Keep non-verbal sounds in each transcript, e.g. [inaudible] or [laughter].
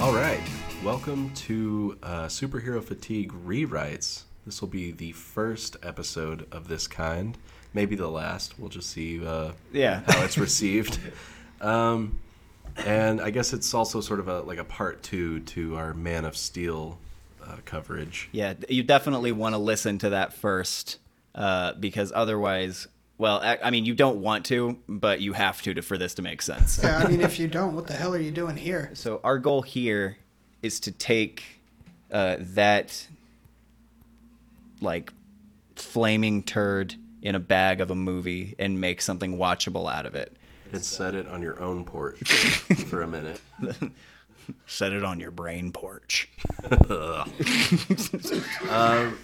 All right. Welcome to uh, Superhero Fatigue Rewrites. This will be the first episode of this kind, maybe the last. We'll just see uh, Yeah. how it's received. Um, and I guess it's also sort of a like a part two to our Man of Steel uh, coverage. Yeah, you definitely want to listen to that first uh, because otherwise, well, I, I mean, you don't want to, but you have to, to for this to make sense. Yeah, [laughs] I mean, if you don't, what the hell are you doing here? So our goal here is to take uh, that like flaming turd in a bag of a movie and make something watchable out of it. And set it on your own porch for a minute. Set it on your brain porch.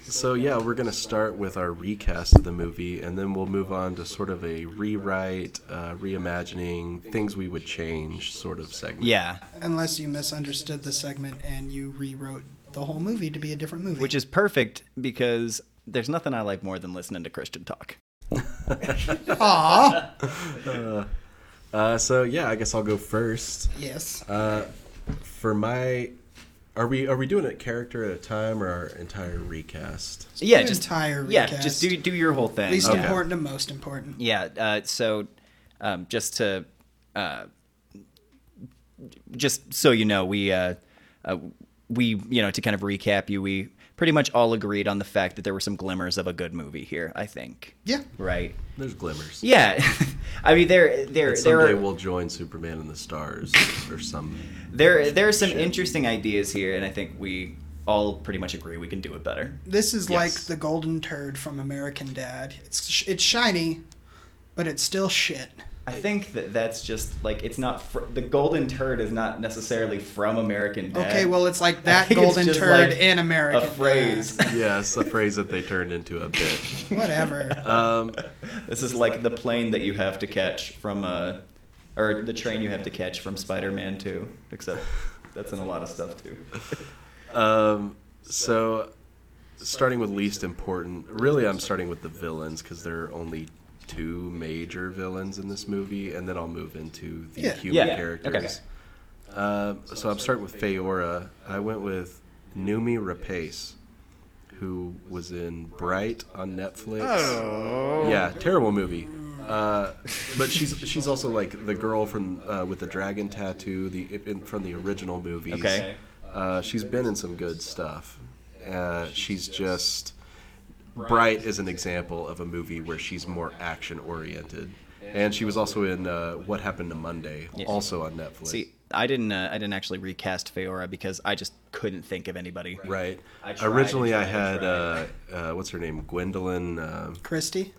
So yeah, we're gonna start with our recast of the movie, and then we'll move on to sort of a rewrite, uh, reimagining things we would change sort of segment. Yeah, Unless you misunderstood the segment and you rewrote the whole movie to be a different movie. which is perfect because there's nothing I like more than listening to Christian talk. Aw! Uh, so yeah, I guess I'll go first. yes. For my, are we are we doing a character at a time or our entire recast? yeah, an just entire yeah, recast. just do do your whole thing. Least Uh, okay. important to most important. yeah, uh, so um, just to uh, just so you know, we uh, uh, we you know to kind of recap you, we pretty much all agreed on the fact that there were some glimmers of a good movie here. I think. Yeah. Right. There's glimmers. Yeah. [laughs] I mean, there there there Someday are, we'll join Superman in the stars or some. there there are some interesting ideas here, and I think we all pretty much agree we can do it better. This is Yes. like the golden turd from American Dad. It's sh- it's shiny, but it's still shit. I think that that's just like it's not fr- the golden turd is not necessarily from American Dad. Okay, well, it's like [laughs] that think it's golden just turd like in American a [laughs] phrase. Dad. Yes, a [laughs] phrase that they turned into a bit. Whatever. Um, Uh, This is like the plane that you have to catch from uh, or the train you have to catch from Spider-Man 2, except that's in a lot of stuff too. Um, so, starting with least important, really, I'm starting with the villains because there are only two major villains in this movie, and then I'll move into the Yeah. human Yeah. characters. Um, so, I'm starting with Feora. I went with Numi Rapace, who was in Bright on Netflix. Yeah, terrible movie. Uh, but she's she's also like the girl from uh, with the dragon tattoo, the in, from the original movies. Okay. Uh, she's been in some good stuff. Uh, she's just Bright is an example of a movie where she's more action oriented, and she was also in uh, What Happened to Monday, also on Netflix. [laughs] See, I didn't uh, I didn't actually recast Feora because I just couldn't think of anybody. Right. I tried, Originally, I I tried, I had uh, tried. uh, what's her name, Gwendolyn. um Christie?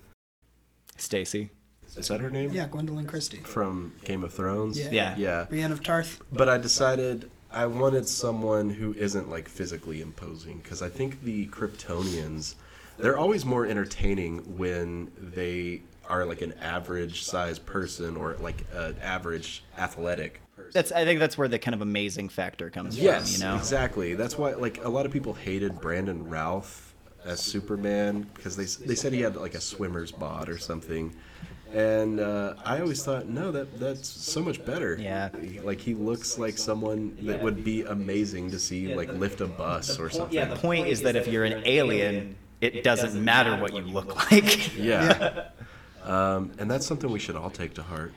Stacy. is that her name? Yeah, Gwendolyn Christie. From Game of Thrones. Yeah. Yeah. Yeah. Brienne of Tarth. but I decided I wanted someone who isn't like physically imposing because I think the Kryptonians, they're always more entertaining when they are like an average sized person or like an average athletic person. That's I think that's where the kind of amazing factor comes Yes, from, you know. exactly. That's why like a lot of people hated Brandon Routh as Superman because they they said he had like a swimmer's bod or something. And uh, I always thought, no, that that's so much better. Yeah. Like he looks like someone that would be amazing to see like lift a bus or something. Yeah, the point is that if you're an alien, it doesn't matter what you look [laughs] like. Yeah. [laughs] Um, and that's something we should all take to heart.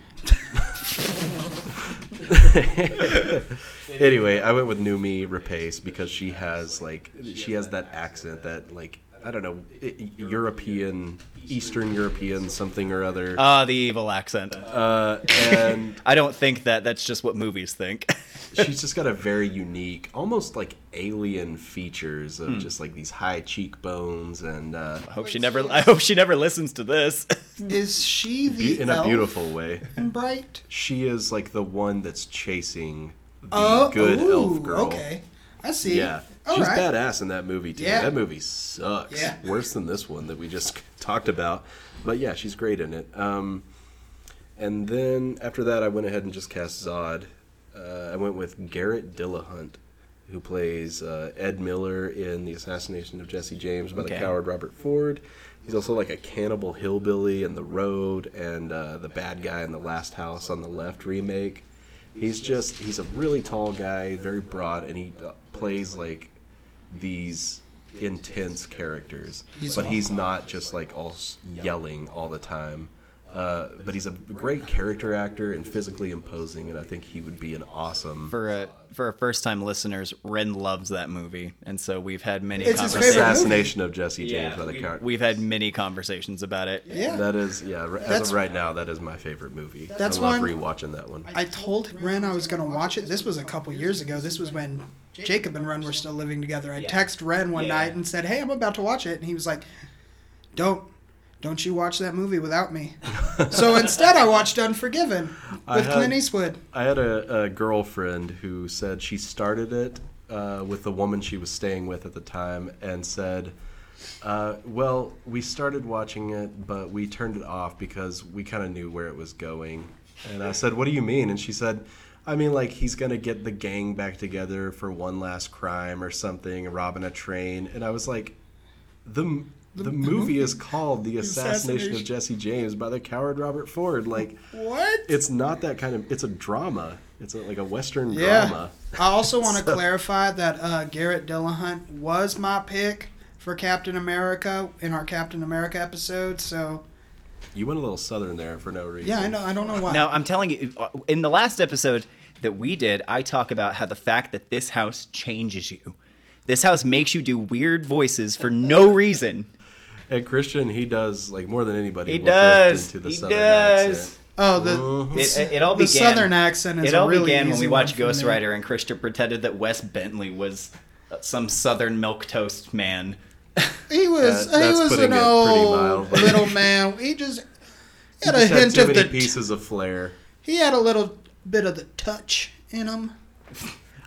anyway, I went with Numi Rapace because she has like she has that accent that like I don't know e- European, Eastern European something or other. Ah, the evil accent. Uh, and I don't think that that's just what movies think. [laughs] she's just got a very unique, almost like alien features of just like these high cheekbones and uh, I hope she never I hope she never listens to this. [laughs] Is she the be- in a elf beautiful way. in Bright? she is like the one that's chasing the Oh, good ooh, elf girl. Okay, I see. Yeah. All She's right. badass in that movie too. Yeah. That movie sucks. Yeah. Worse than this one that we just [laughs] talked about. But yeah, she's great in it. Um, and then after that, I went ahead and just cast Zod. Uh, I went with Garrett Dillahunt, who plays uh, Ed Miller in The Assassination of Jesse James by Okay. the coward Robert Ford. He's also like a cannibal hillbilly in The Road and uh, the bad guy in The Last House on the Left remake. He's just he's a really tall guy, very broad, and he uh, plays like these intense characters. He's but he's not just like all s- yelling all the time. Uh, but he's a great character actor and physically imposing, and I think he would be an awesome. For a for a first time listeners, Ren loves that movie, and so we've had many It's his conversations. favorite movie. assassination of Jesse James Yeah, by the character. We've had many conversations about it. Yeah. That is, yeah. r- As That's- of right now, that is my favorite movie. That's I love one- rewatching that one. I told Ren I was going to watch it. This was a couple years ago. This was when Jacob and Ren were still living together. I text Ren one Yeah. night and said, "Hey, I'm about to watch it," and he was like, "Don't." Don't you watch that movie [laughs] without me? so instead, I watched Unforgiven I with had- Clint Eastwood. I had a, a girlfriend who said she started it uh, with the woman she was staying with at the time and said, uh, Well, we started watching it, but we turned it off because we kind of knew where it was going. And I said, What do you mean? And she said, I mean, like, he's going to get the gang back together for one last crime or something, robbing a train. And I was like, the, m- the, movie is called The Assassination of Assassination. Jesse James by the coward Robert Ford. Like, What? it's not that kind of. It's a drama. It's a, like a western Yeah. drama. I also want [laughs] to clarify that uh, Garrett Dillahunt was my pick for Captain America in our Captain America episode. So You went a little southern there for no reason. yeah, I know. I don't know why. Now, I'm telling you, in the last episode that we did, I talk about how the fact that this house changes you. This house makes you do weird voices for no reason. And Christian, he does like more than anybody. He will drift does. into the He southern does. accent. oh, the Mm-hmm. It, it, it all the began. Southern accent is It all a really began when easy we one watched for Ghost me. Rider, and Christian pretended that Wes Bentley was uh, some Southern milk toast man. He was That- he that's was putting an it pretty old mildly. [laughs] little man. He just He had just a had hint too of many the pieces of flair. he had a little bit of the touch in him.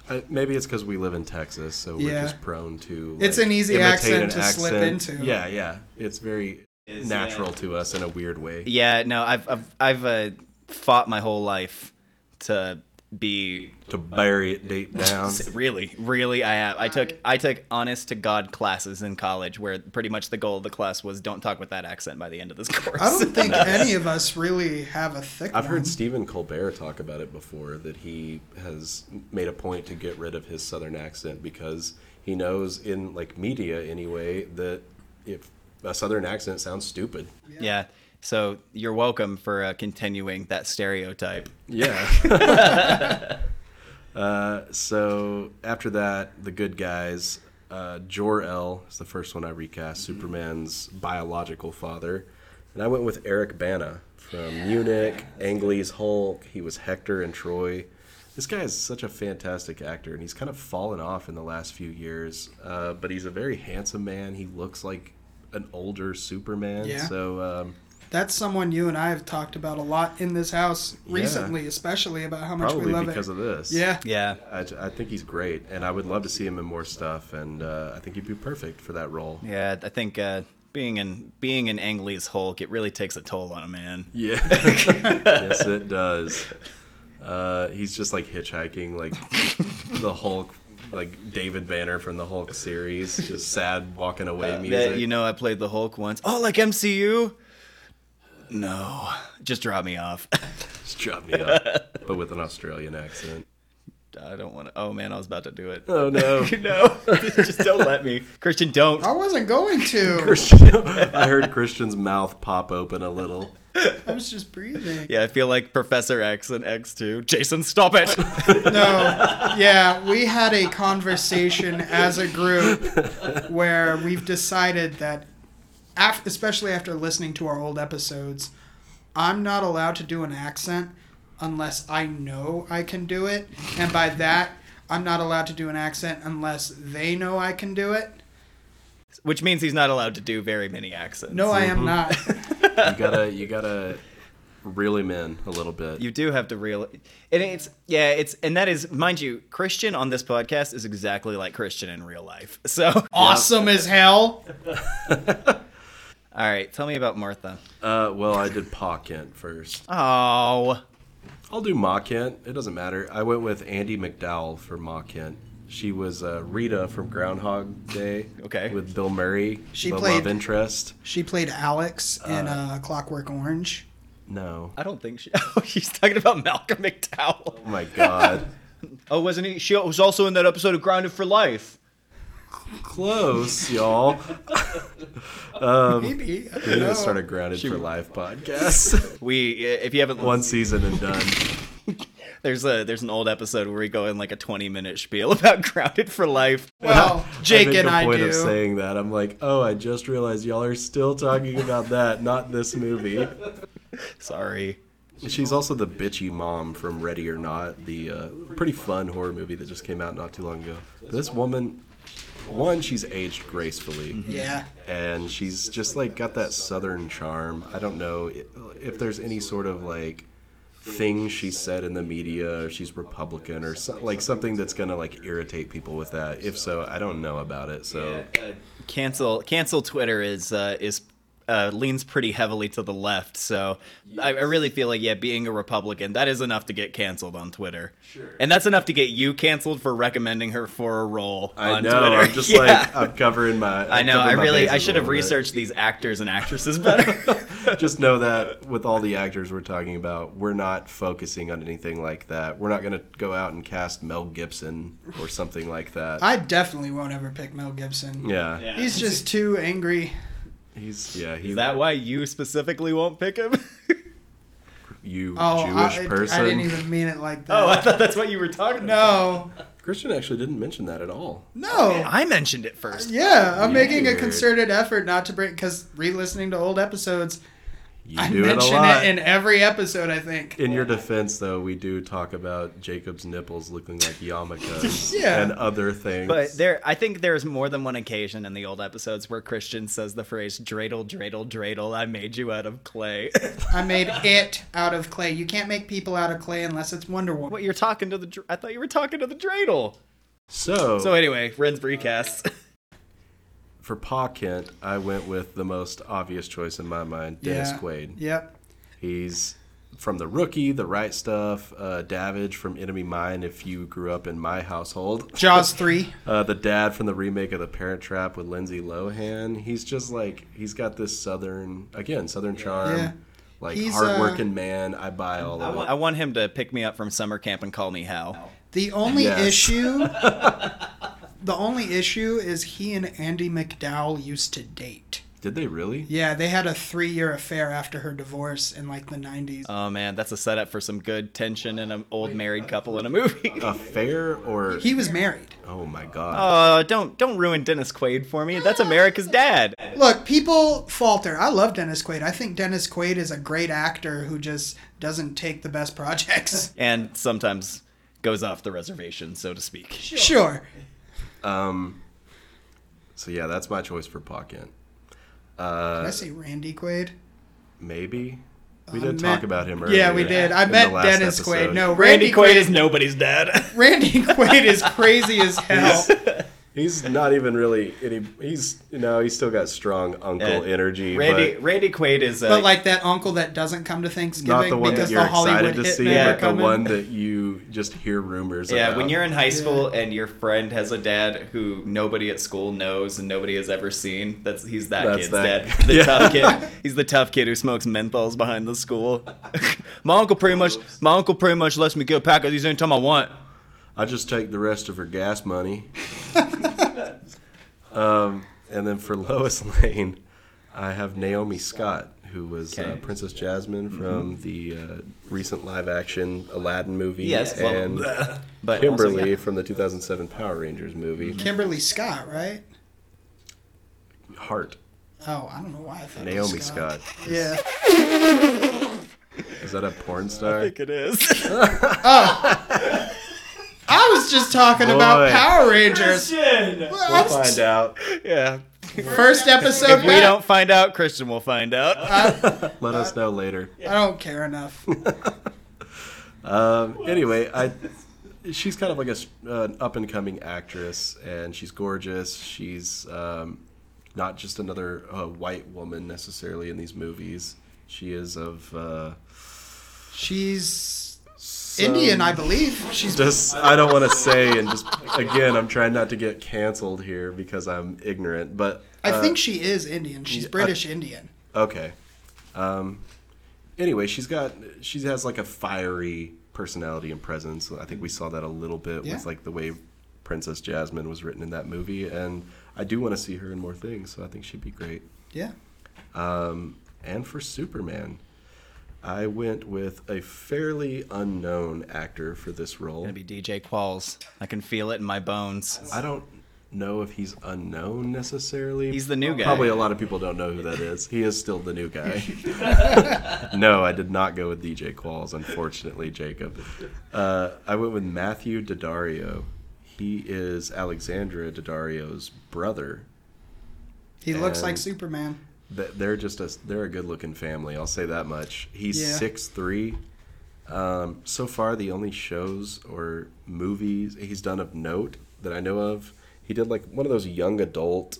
I, maybe it's because we live in Texas, so we're Yeah. just prone to. It's like, an easy imitate accent an to slip into. Yeah, yeah. It's very Is, natural yeah. to us in a weird way. Yeah, no, I've I've, I've uh, fought my whole life to be To bury it deep [laughs] down. really, really. I have. I took I took honest to god classes in college, where pretty much the goal of the class was don't talk with that accent by the end of this [laughs] course. I don't think any of us [laughs] really have a thick. I've one. heard Stephen Colbert talk about it before that he has made a point to get rid of his southern accent because he knows in like media anyway that if a southern accent sounds stupid. yeah. So you're welcome for uh, continuing that stereotype. Yeah. [laughs] uh, so after that, the good guys, uh, Jor El is the first one I recast, Mm-hmm. Superman's biological father, and I went with Eric Bana from Munich, Ang Lee's Hulk. He was Hector and Troy. This guy is such a fantastic actor, and he's kind of fallen off in the last few years. Uh, but he's a very handsome man. He looks like an older Superman. Yeah. So um, That's someone you and I have talked about a lot in this house recently, especially about how much we probably love because it. of this. yeah. Yeah. I, I think he's great, and I would love to see him in more stuff. And uh, I think he'd be perfect for that role. Yeah, I think uh, being in being in Ang Lee's Hulk, it really takes a toll on a man. [laughs] Yeah, yes, it does. Uh, he's just like hitchhiking, like the Hulk, like David Banner from the Hulk series, just sad walking away music. Uh, That, you know, I played the Hulk once. Oh, like MCU? No, just drop me off. [laughs] just drop me up, but with an Australian accent. I don't want to. Oh man, I was about to do it. [laughs] Oh no. no, just don't let me, Christian. Don't. I wasn't [laughs] going to. [laughs] I heard Christian's mouth pop open a little. I was just breathing. Yeah, I feel like Professor X and X2. Jason, stop it. [laughs] [laughs] No. Yeah, we had a conversation as a group where we've decided that, af- especially after listening to our old episodes, I'm not allowed to do an accent unless I know I can do it. And by that, I'm not allowed to do an accent unless they know I can do it. Which means he's not allowed to do very many accents. No, I Mm-hmm. am not. [laughs] You gotta, you gotta reel him in a little bit. You do have to real and it's yeah, it's and that is mind you, Christian on this podcast is exactly like Christian in real life. [laughs] So All awesome as hell. right, tell me about Martha. Uh, well, I did Pa Kent first. Oh. I'll do Ma Kent. It doesn't matter. I went with Andy McDowell for Ma Kent. She was uh, Rita from Groundhog Day. Okay. With Bill Murray, She the played- love interest. She played Alex in uh, Clockwork Orange. No. I don't think she. [laughs] Oh, he's talking about Malcolm McDowell. [laughs] Oh my god. Oh, wasn't he? She was also in that episode of Grounded for Life. Close, [laughs] y'all. Maybe. I We don't need know. to start a grounded for life podcast. We, if you haven't, [laughs] One season and [laughs] done. there's a there's an old episode where we go in like a 20 minute spiel [laughs] about Grounded for Life. well, Jake I make and a I point do. of saying that. I'm like, oh, I just realized y'all are still talking about that, not this movie. Sorry. She's also the bitchy mom from Ready or Not, the uh, pretty fun horror movie that just came out not too long ago. This woman, one, she's aged gracefully. Mm-hmm. yeah. and she's just like got that southern charm. I don't know i- if there's any sort of like thing she said in the media or she's Republican or so, like something that's gonna like irritate people with that. If so, I don't know about it. So Cancel cancel Twitter is uh, is uh, leans pretty heavily to the left. So I, I really feel like yeah, being a Republican that is enough to get canceled on Twitter. Sure. And that's enough to get you canceled for recommending her for a role. I on know Twitter. I'm just [laughs] Yeah. like I'm covering my. I'm I know. I covering my really. I bases a should have little bit. researched these actors and actresses [laughs] better. Just know that with all the actors we're talking about, we're not focusing on anything like that. We're not gonna go out and cast Mel Gibson or something like that. I definitely won't ever pick Mel Gibson. yeah. Yeah. He's just too angry. he's yeah. He, Is that why you specifically won't pick him? you Oh, Jewish I, I person? didn't even mean it like [laughs] that. oh, I thought that's what you were talking about. no. Christian actually didn't mention that at all. No. I mentioned it first. Yeah, I'm making a Weird. concerted effort not to bring because re-listening to old episodes, You I do it a mention lot. it in every episode. I think. in your defense, though, we do talk about Jacob's nipples looking like yarmulkes [laughs] Yeah. and other things. But there, I think there's more than one occasion in the old episodes where Christian says the phrase "dreidel, dreidel, dreidel." I made you out of clay. [laughs] I made it out of clay. You can't make people out of clay unless it's Wonder Woman. what you're talking to the? dr- I thought you were talking to the dreidel. so, So anyway, Ren's recast. for Pa Kent, I went with the most obvious choice in my mind, Dennis Yeah. Quaid. Yep. He's from The Rookie, The Right Stuff, uh, Davidge from Enemy Mine. If you grew up in my household, Jaws three. Uh, the dad from the remake of The Parent Trap with Lindsay Lohan. He's just like he's got this southern again southern charm, Yeah. like He's, uh, hardworking man. I buy all of [laughs] I want him to pick me up from summer camp and call me Hal. The only Yes. [laughs] issue. the only issue is he and Andy McDowell used to it. date. Did they really? Yeah, they had a three-year affair after her divorce in like the '90s. Oh man, that's a setup for some good tension in an old married couple in a movie. [laughs] Affair or he was married. oh my god, Uh, don't don't ruin Dennis Quaid for me. That's America's dad. Look, people falter. I love Dennis Quaid. I think Dennis Quaid is a great actor who just doesn't take the best projects. And sometimes goes off the reservation, so to speak. [laughs] Sure. Uh, Um, so yeah, that's my choice for Pa Kent. Uh, Did I say Randy Quaid? Maybe we I did meant- talk about him. earlier. Yeah, we did. I in the meant last Dennis episode. Quaid. No, Randy Randy, Quaid Quaid. is nobody's dad. [laughs] Randy Quaid is crazy as hell. he's not even really any. He's you know he's still got strong uncle Uh, energy. Randy but Randy Quaid is uh, But like that uncle that doesn't come to Thanksgiving not the one because that you're the Hollywood excited to see, hitmen Yeah. are but the coming. one that you just hear rumors. yeah. about. When you're in high school and your friend has a dad who nobody at school knows and nobody has ever seen, that's he's that That's kid's that- dad. [laughs] The Yeah. tough kid. He's the tough kid who smokes menthols behind the school. [laughs] my uncle pretty much my uncle pretty much lets me get a pack of these anytime I want. I just take the rest of her gas money. [laughs] um, and then for [laughs] Lois Lane, I have Naomi Scott, who was uh, Okay. Mm-hmm. Princess Jasmine from the uh, recent live action Aladdin movie. Yes, well, and [laughs] But also, Mm-hmm. Kimberly yeah. from the 2007 Power Rangers movie. Kimberly Scott, right? Heart. Oh, I don't know why I thought it was Naomi Scott. Yeah. Is that a porn star? it is. [laughs] I was just talking about Boy. Power Rangers. We'll find out. yeah. First episode. We back. don't find out, Christian will find out. Let us know later. I don't care enough. Um, anyway, I she's kind of like a s- an up and coming actress, and she's gorgeous. She's um, not just another uh, white woman necessarily in these movies. She is of uh, She's some- Indian, I believe. She's Just I don't want to say, and just again, I'm trying not to get canceled here because I'm ignorant. But I think she is Indian. She's British Indian. Okay. Um, anyway, she's got she has like a fiery personality and presence. I think we saw that a little bit Yeah. with like the way Princess Jasmine was written in that movie, and I do want to see her in more things. So I think she'd be great. Yeah. And for Superman, I went with a fairly unknown actor for this role. Gonna be DJ Qualls. I can feel it in my bones. I don't know if he's unknown necessarily. He's the new guy. Probably a lot of people don't know who that is. He is still the new guy. no, I did not go with DJ Qualls, unfortunately, Jacob. Uh, I went with Matthew Daddario. He is Alexandra Daddario's brother. He looks like And- Superman. Th- They're just a they're a good looking family. I'll say that much. He's Yeah. six three. Um, so far, the only shows or movies he's done of note that I know of, he did like one of those young adult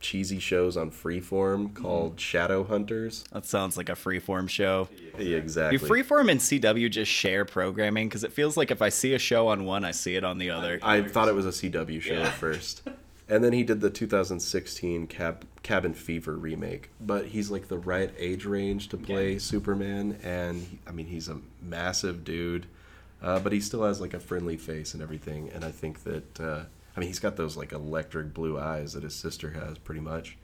cheesy shows on Freeform called Shadow Hunters. That sounds like a freeform show. Yeah, Do exactly. freeform and CW just share programming? Because it feels like if I see a show on one, I see it on the other. I thought it was a CW show at first. [laughs] And then he did the 2016 Cab- Cabin Fever remake. But he's like the right age range to play Superman. And he- I mean, he's a massive dude. Uh, but he still has like a friendly face and everything. And I think that, uh, I mean, he's got those like electric blue eyes that his sister has pretty much.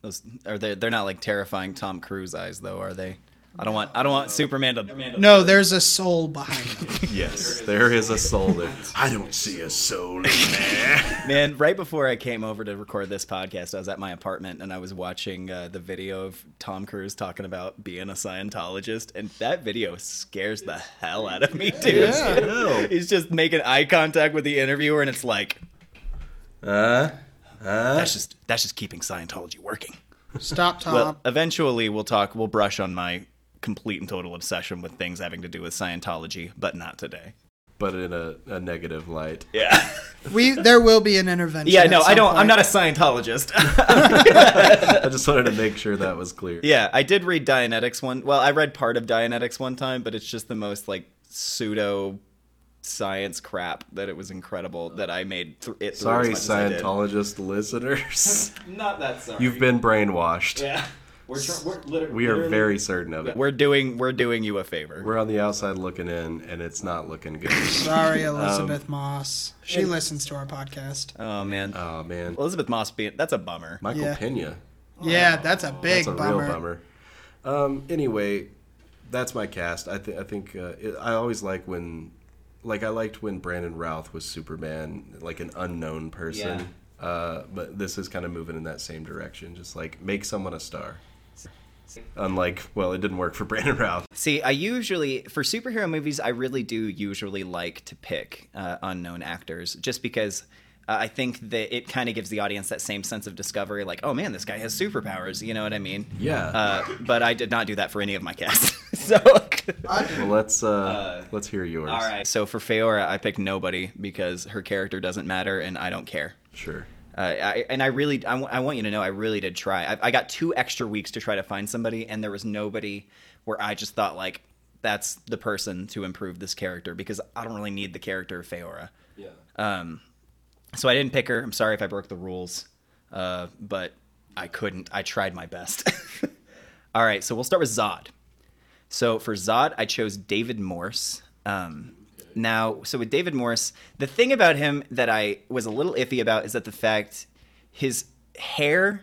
Those, are they? They're not like terrifying Tom Cruise eyes, though, are they? I don't want. I don't want Superman to. No, there's a soul behind him. Yes, there is a soul there. [laughs] I don't see a soul in there. Man, right before I came over to record this podcast, I was at my apartment and I was watching uh, the video of Tom Cruise talking about being a Scientologist, and that video scares the hell out of me, dude. [laughs] Yeah. No. He's just making eye contact with the interviewer, and it's like Uh, that's just that's just keeping Scientology working. Stop, Tom. Well, eventually we'll talk. We'll brush on my complete and total obsession with things having to do with Scientology, but not today. but in a, a negative light. Yeah. we there will be an intervention. Yeah. at No, I some don't. I'm point. not a Scientologist. [laughs] [laughs] I just wanted to make sure that was clear. yeah, I did read Dianetics one. Well, I read part of Dianetics one time, but it's just the most like pseudo science crap that it was incredible that I made th- it. through Sorry, as much as I did. Scientologist [laughs] listeners. Not that sorry. You've been brainwashed. Yeah. We're, tr- we're literally. We are very certain of it. We're doing. We're doing you a favor. We're on the outside looking in, and it's not looking [laughs] good. [laughs] Sorry, Elizabeth Moss. She listens to our podcast. oh man. Oh, man. Elizabeth Moss being that's a bummer. Michael Yeah. Pena. yeah, that's a big That's a bummer. real bummer. Um, anyway, that's my cast. I, th- I think uh, it, I always like when, like, I liked when Brandon Routh was Superman, like an unknown person. Uh, but this is kind of moving in that same direction. Just like make someone a star. Unlike, well, it didn't work for [laughs] Brandon Routh. See, I usually for superhero movies, I really do usually like to pick uh, unknown actors, just because uh, I think that it kind of gives the audience that same sense of discovery, like, oh man, this guy has superpowers. You know what I mean? Yeah. Uh, but I did not do that for any of my casts. [laughs] so, Well, let's uh, let's hear yours. all right. So for Feora, I picked nobody because her character doesn't matter, and I don't care. Sure. Uh, I, and I really, I, w- I want you to know, I really did try. I, I got two extra weeks to try to find somebody, and there was nobody where I just thought like, that's the person to improve this character because I don't really need the character of Feora. Um, Yeah. So I didn't pick her. I'm sorry if I broke the rules, uh, but I couldn't. I tried my best. [laughs] All right, so we'll start with Zod. So for Zod, I chose David Morse. Um, Now, so with David Morse, the thing about him that I was a little iffy about is that the fact his hair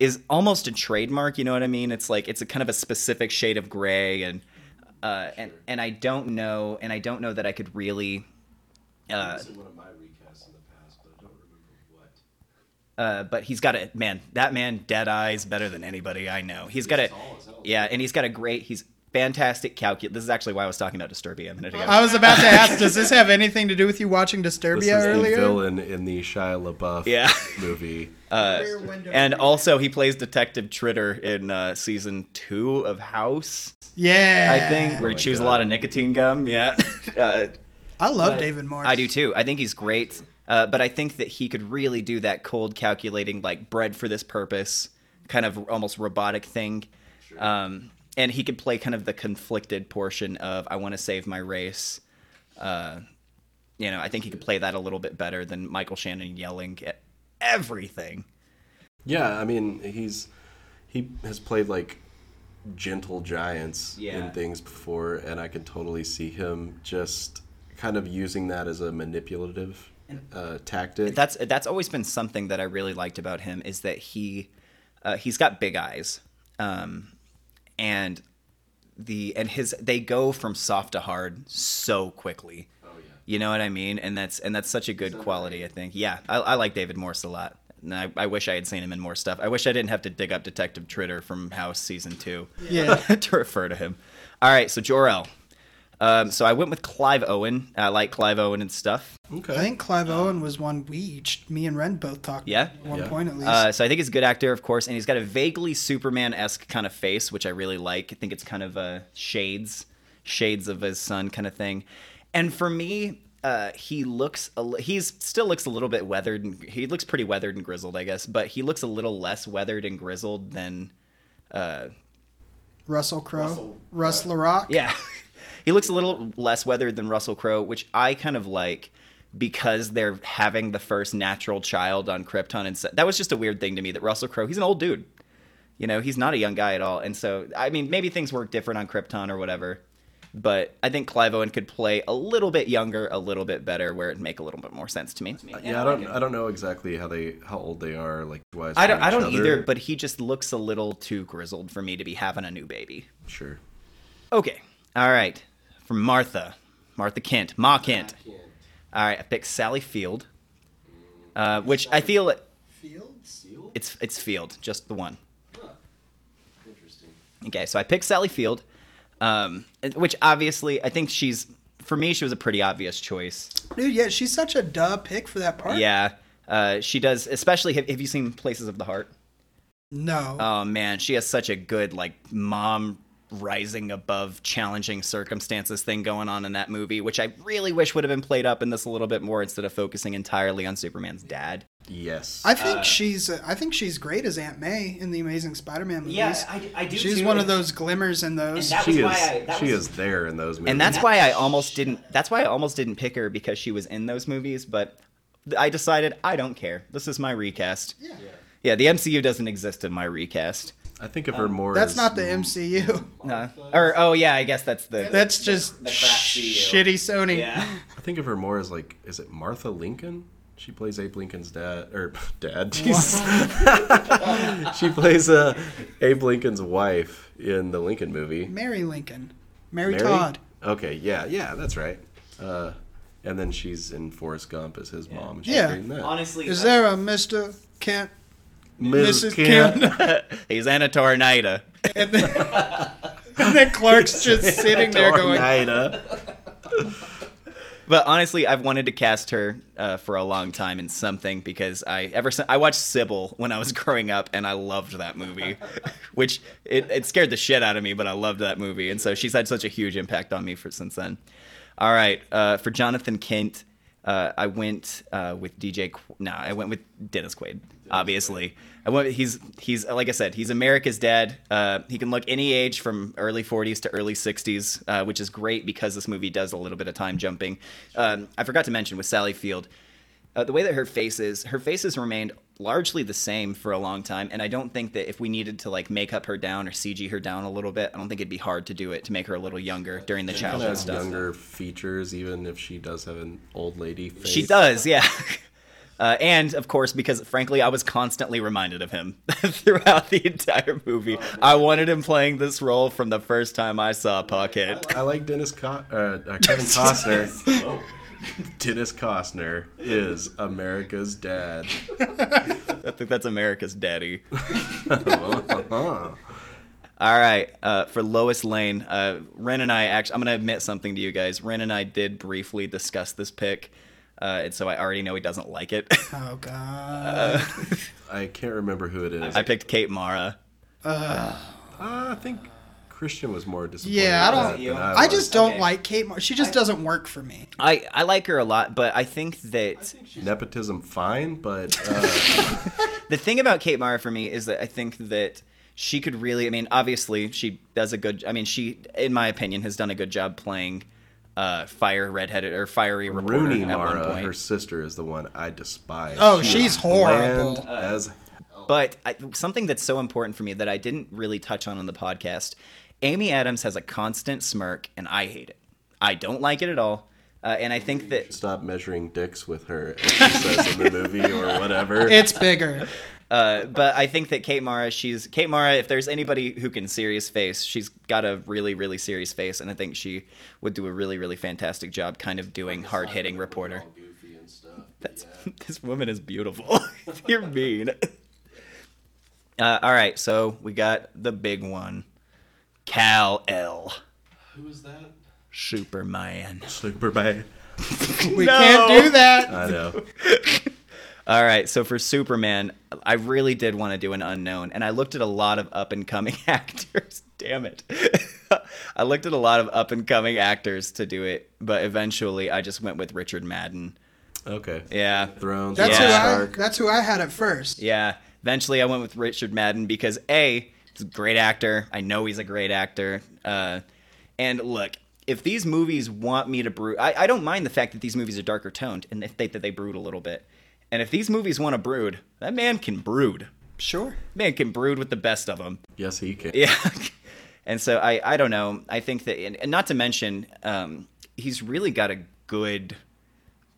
is almost a trademark. You know what I mean? It's like it's a kind of a specific shade of gray, and uh, and and I don't know, and I don't know that I could really. Uh, one of my recasts in the past, but I don't remember what. uh, but he's got a man. That man, dead eyes, better than anybody I know. He's got a yeah, and he's got a great. He's fantastic calculus. This is actually why I was talking about Disturbia a minute ago. I was about to ask, does this have anything to do with you watching This Disturbia is the earlier? villain in the Shia LaBeouf Yeah. Uh, movie. and also, he plays Detective Tritter in uh, season two of House, yeah, I think, where he my chews a God. lot of nicotine gum. Yeah, [laughs] uh, I love David Morris. I do too. I think he's great, uh, but I think that he could really do that cold calculating, like bred for this purpose, kind of almost robotic thing. Um, and he could play kind of the conflicted portion of I want to save my race. Uh, you know, I think he could play that a little bit better than Michael Shannon yelling at everything. Yeah, I mean he's he has played like gentle giants Yeah. in things before, and I could totally see him just kind of using that as a manipulative uh, tactic. That's that's always been something that I really liked about him is that he uh, he's got big eyes, um, and the and his they go from soft to hard so quickly. Oh yeah. You know what I mean? And that's and that's such a good quality. I think. Yeah, I, I like David Morse a lot. And I, I wish I had seen him in more stuff. I wish I didn't have to dig up Detective Tritter from House season two [laughs] Yeah. to refer to him. All right, so Jor El. Um, so I went with Clive Owen. I like Clive Owen and stuff. okay. I think Clive Owen was one we each, me and Ren both talked. Um, Yeah? At one Yeah. point at least. Uh, so I think he's a good actor, of course, and he's got a vaguely Superman-esque kind of face, which I really like. I think it's kind of uh, shades, shades of his son kind of thing. And for me, uh, he looks a li- he's still looks a little bit weathered. And, he looks pretty weathered and grizzled, I guess, but he looks a little less weathered and grizzled than Russell Crowe. Russ LaRock. Yeah. [laughs] he looks a little less weathered than Russell Crowe, which I kind of like because they're having the first natural child on Krypton. And so, that was just a weird thing to me that Russell Crowe, he's an old dude. You know, he's not a young guy at all. And so, I mean, maybe things work different on Krypton or whatever. But I think Clive Owen could play a little bit younger, a little bit better, where it'd make a little bit more sense to me. Uh, yeah, I don't. I don't know exactly how they how old they are. Like, wise I don't, from I each don't other. either, but he just looks a little too grizzled for me to be having a new baby. sure. Okay. All right. From Martha. Martha Kent. Ma Kent. All right. I picked Sally Field, uh, which I feel it- Fields. it's it's Field, just the one. Interesting. Okay. So I picked Sally Field, um, and- which obviously I think she's for me she was a pretty obvious choice. Dude, yeah, she's such a duh pick for that part. Yeah. Uh, she does, especially. Have, have you seen Places of the Heart? No. Oh man, she has such a good like mom rising above challenging circumstances thing going on in that movie, which I really wish would have been played up in this a little bit more instead of focusing entirely on Superman's dad. Yes. I think uh, she's uh, I think she's great as Aunt May in the Amazing Spider-Man movies. I do. she's one of those glimmers in those. that she is. was why I- that she was- is there in those movies. And that's why I almost didn't. That's why I almost didn't pick her because she was in those movies. But I decided I don't care. This is my recast. Yeah. Yeah, the MCU doesn't exist in my recast. I think of her more. Um, That's as- not the [laughs] MCU. Uh, or oh yeah, I guess that's the That's just The crap CEO. shitty Sony. yeah. I think of her more as like, is it Martha Lincoln? She plays Abe Lincoln's dad, or [laughs] dad. jeez. [laughs] she plays uh, Abe Lincoln's wife in the Lincoln movie. Mary Lincoln. Mary, Mary? Todd. Okay, yeah, yeah, that's right. Uh, and then she's in Forrest Gump as his mom. and she's Yeah. great in that. Honestly, Is there a Mr. Kent? Ms. Mrs. [laughs] Kent. Kent. He's Anna Tornada. And then, [laughs] and then Clark's just sitting there going, Tornada. But honestly, I've wanted to cast her uh, for a long time in something because I ever since I watched Sybil when I was [laughs] growing up, and I loved that movie, [laughs] which it, it scared the shit out of me, but I loved that movie, and so she's had such a huge impact on me for since then. All right, uh, for Jonathan Kent, uh, I went uh, with DJ. Qu- no, I went with Dennis Quaid. obviously, I went. He's he's like I said, he's America's dad. Uh, he can look any age from early 40s to early 60s, uh, which is great because this movie does a little bit of time jumping. Um, I forgot to mention with Sally Field. Uh, the way that her face is, her face has remained largely the same for a long time, and I don't think that if we needed to like make up her down or CG her down a little bit, I don't think it'd be hard to do it to make her a little younger during the Kind childhood of has stuff. younger features, even if she does have an old lady face. She does, yeah. [laughs] Uh, and of course, because frankly, I was constantly reminded of him [laughs] throughout the entire movie. I wanted him playing this role from the first time I saw Puckhead. I like Dennis Co- uh, uh, Kevin Costner. Dennis Costner is America's dad. I think that's America's [laughs] daddy. Uh-huh. All right, uh, for Lois Lane, uh, Ren and I actually, I'm going to admit something to you guys. Ren and I did briefly discuss this pick, uh, and so I already know he doesn't like it. oh, God. I can't remember who it is. [laughs] I I, picked Kate Mara. I think Christian was more disappointed. yeah, I with don't. it than I was. just don't "Oh, Okay. like Kate Mar. She just doesn't work [laughs] for me. I, I like her a lot, but I think that. nepotism fine, but [laughs] uh, The thing about Kate Mara for me is that I think that she could really. I mean, obviously, she does a good. I mean, she, in my opinion, has done a good job playing uh, fire redheaded or fiery reporter Rooney at one Mara, point. her sister, is the one I despise. Oh, She is she's horrible. bland as But I, something that's so important for me that I didn't really touch on on the podcast Amy Adams has a constant smirk, and I hate it. I don't like it at all. Uh, and I think that Stop measuring dicks with her, as she says in [laughs] the movie or whatever. It's bigger. Uh, but I think that Kate Mara, she's Kate Mara. If there's anybody who can serious face, she's got a really, really serious face, and I think she would do a really, really fantastic job, kind of doing hard hitting reporter. Goofy and stuff. That's, [laughs] this woman is beautiful. [laughs] You're mean. [laughs] Uh, all right, so we got the big one, Cal L, Who is that? Superman. Superman. We can't do that. I know. All right, so for Superman, I really did want to do an unknown, and I looked at a lot of up and coming [laughs] actors. Damn it. [laughs] I looked at a lot of up and coming actors to do it, but eventually I just went with Richard Madden. Okay. Yeah. Thrones. That's Yeah. who I. That's who I had at first. Yeah. Eventually I went with Richard Madden because A, he's a great actor. I know he's a great actor. Uh, and look, if these movies want me to brew, I, I don't mind the fact that these movies are darker toned and if they, that they brood a little bit. And if these movies want to brood, that man can brood. Sure. man can brood with the best of them. Yes, he can. [laughs] Yeah. and so I, I don't know. I think that, and, and not to mention, um, he's really got a good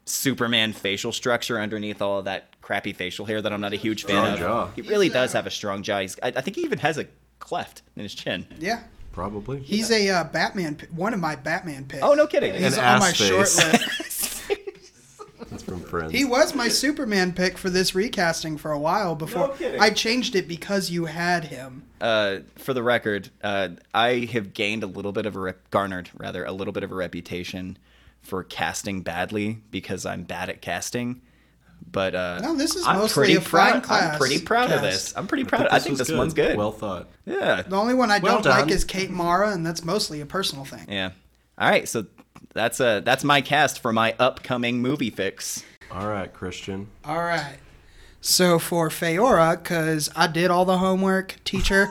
Superman facial structure underneath all of that crappy facial hair that I'm not a huge fan Strong jaw. of. He really does have a strong jaw. He's, I, I think he even has a cleft in his chin. Yeah. Probably. He's a uh, Batman. p- One of my Batman picks. Oh, no kidding. He's An on ass my face. [laughs] short list. That's from Friends. He was my Superman pick for this recasting for a while before No kidding. I changed it because you had him. uh, for the record, uh, I have gained a little bit of a rep- garnered rather a little bit of a reputation for casting badly because I'm bad at casting. But uh, No, this is I'm mostly pretty a fine proud- class I'm pretty proud of cast. this. I'm pretty proud. I think was this, one's good. Well thought. yeah, The only one I Well don't done. like is Kate Mara, and that's mostly a personal thing. yeah. All right, so that's uh that's my cast for my upcoming movie fix. All right, Christian. All right. So for Feora, because I did all the homework, teacher.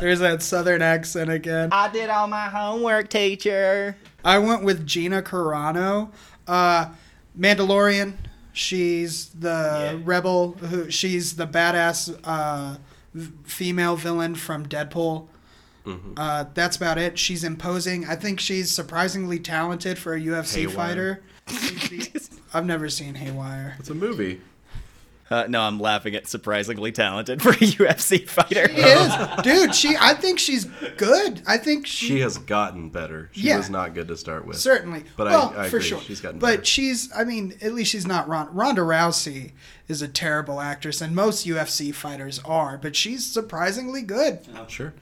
There's that southern accent again. I did all my homework, teacher. I went with Gina Carano, uh, Mandalorian. She's the rebel. Who she's the badass uh, v- female villain from Deadpool. Uh, that's about it. She's imposing. I think she's surprisingly talented for a UFC Haywire. fighter. [laughs] I've never seen Haywire. It's a movie. Uh, no, I'm laughing at surprisingly talented [laughs] for a UFC fighter. She is, dude. She. I think she's good. I think she. She has gotten better. She Yeah. was not good to start with. Certainly. But I- well, I for agree. sure. She's gotten but better. she's, I mean, at least she's not Ron- Ronda Rousey is a terrible actress, and most UFC fighters are, but she's surprisingly good. Sure.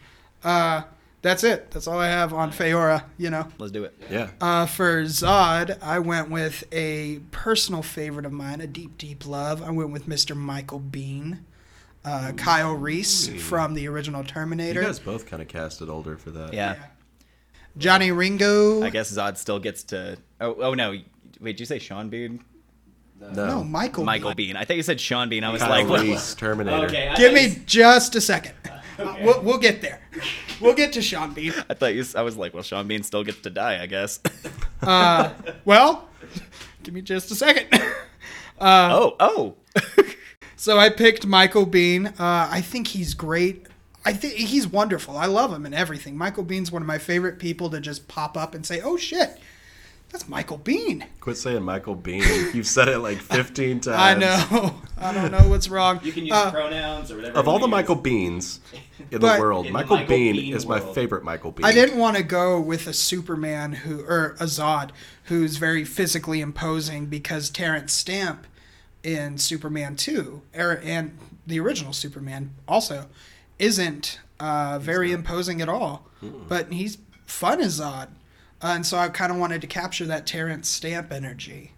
That's it. That's all I have on Feora, you know. Let's do it. Yeah. Uh, for Zod, I went with a personal favorite of mine, a deep, deep love. I went with Mr. Michael Bean, uh, Kyle Reese from the original you Terminator. guys both kind of casted older for that. yeah. Johnny Ringo. I guess Zod still gets to. Oh, oh no! Wait, did you say Sean Bean? No, Oh, No. Michael. Michael Bean. I thought you said Sean Bean. I was Kyle like, what- Reese, Terminator. Okay. I Give think me just a [laughs] second. Uh, We'll, we'll get there. We'll get to Sean Bean. Uh, I thought you. s- I was like, well, Sean Bean still gets to die, I guess. [laughs] Uh, Well, give me just a second. [laughs] oh, oh. So I picked Michael Bean. Uh, I think he's great. I think he's wonderful. I love him and everything. Michael Bean's one of my favorite people to just pop up and say, "Oh shit, that's Michael Bean." Quit saying Michael Bean. You've said it like 15 times. [laughs] I know. [laughs] I don't know what's wrong. Um, You can use Uh, pronouns or whatever. Of you all the wanna Michael Beans in the But- world, In the Michael, Michael Bean, Bean is my world. favorite Michael Bean. I didn't want to go with a Superman who or a Zod who's very physically imposing because Terrence Stamp in Superman 2 er, and the original Superman also isn't uh, very imposing at all, but he's fun as Zod. Uh, and so I kind of wanted to capture that Terrence Stamp energy.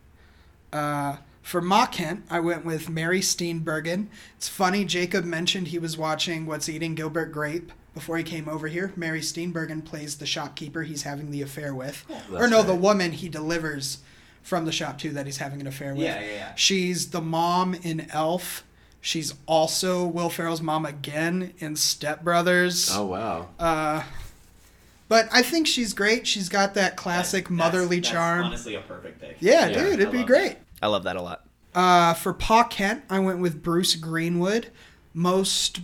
Uh, for Ma Kent, I went with Mary Steenburgen. It's funny, Jacob mentioned he was watching What's Eating Gilbert Grape before he came over here. Mary Steenburgen plays the shopkeeper he's having the affair with. Oh, or That's no, the right. woman he delivers from the shop to that he's having an affair with. Yeah, yeah, yeah. She's the mom in Elf. She's also Will Ferrell's mom again in Step Brothers. Oh, wow. Uh, But I think she's great. She's got that That's- classic that's- motherly that's charm. Honestly, a perfect pick. Yeah, yeah, dude, I it'd be love great. I love that a lot. Uh, for Pa Kent, I went with Bruce Greenwood. Most,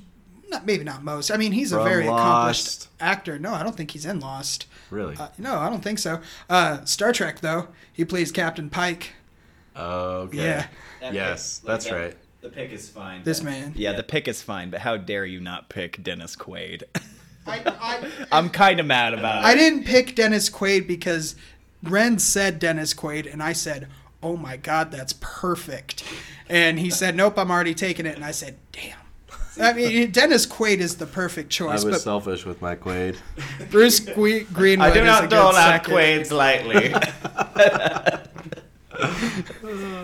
not, maybe not most. I mean, he's a From very Lost. accomplished actor. No, I don't think he's in Lost. Really? Uh, no, I don't think so. Uh, Star Trek, though, he plays Captain Pike. okay. Yeah, That Yes, like, that's that- right. The pick is fine. this man. Yeah, the pick is fine, but how dare you not pick Dennis Quaid? [laughs] I, I, I'm kind of mad about it. [laughs] I didn't pick Dennis Quaid because Ren said Dennis Quaid, and I said, "Oh my God, that's perfect." And he said, "Nope, I'm already taking it." And I said, "Damn." [laughs] I mean, Dennis Quaid is the perfect I choice, was but selfish with my Quaid. Bruce Gwe- Greenwood is a good second. lightly. [laughs]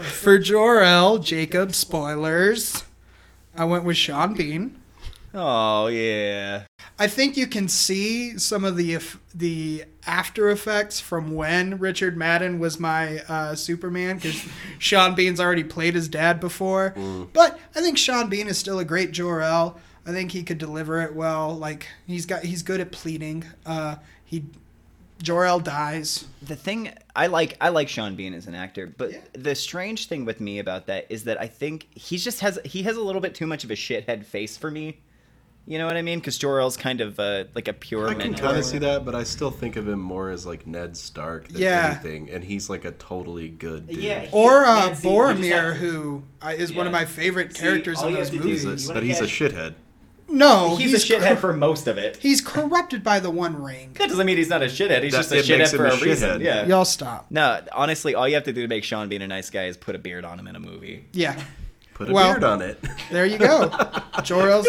For Jor-El, Jacob, spoilers. I went with Sean Bean. [laughs] Oh yeah. I think you can see some of the eff- the after effects from when Richard Madden was my uh, Superman [laughs] because Sean Bean's already played his dad before. But I think Sean Bean is still a great Jor El. I think he could deliver it well. Like he's got he's good at pleading. Uh, he Jor El dies. The thing I like I like Sean Bean as an actor, but the strange thing with me about that is that I think he just has he has a little bit too much of a shithead face for me. You know what I mean? Because Jor-El's kind of a, like a pure I can mentor. kind of see that, but I still think of him more as like Ned Stark than Yeah. anything, and he's like a totally good dude. Yeah, he- Or uh, Yeah, see, you just Boromir, have to- who I, is one of Yeah. my favorite See, characters all in you those have to do movies. He's a- You wanna but he's a catch- shithead. No, he's, a shithead for most of it. He's corrupted by the One Ring. That doesn't mean he's not a shithead. He's That- just a it makes shithead him for a a, reason. shithead. Yeah. Y'all stop. No, honestly, all you have to do to make Sean Bean a nice guy is put a beard on him in a movie. Yeah. Put a Well- beard on it. [laughs] There you [laughs] go. Jor-El's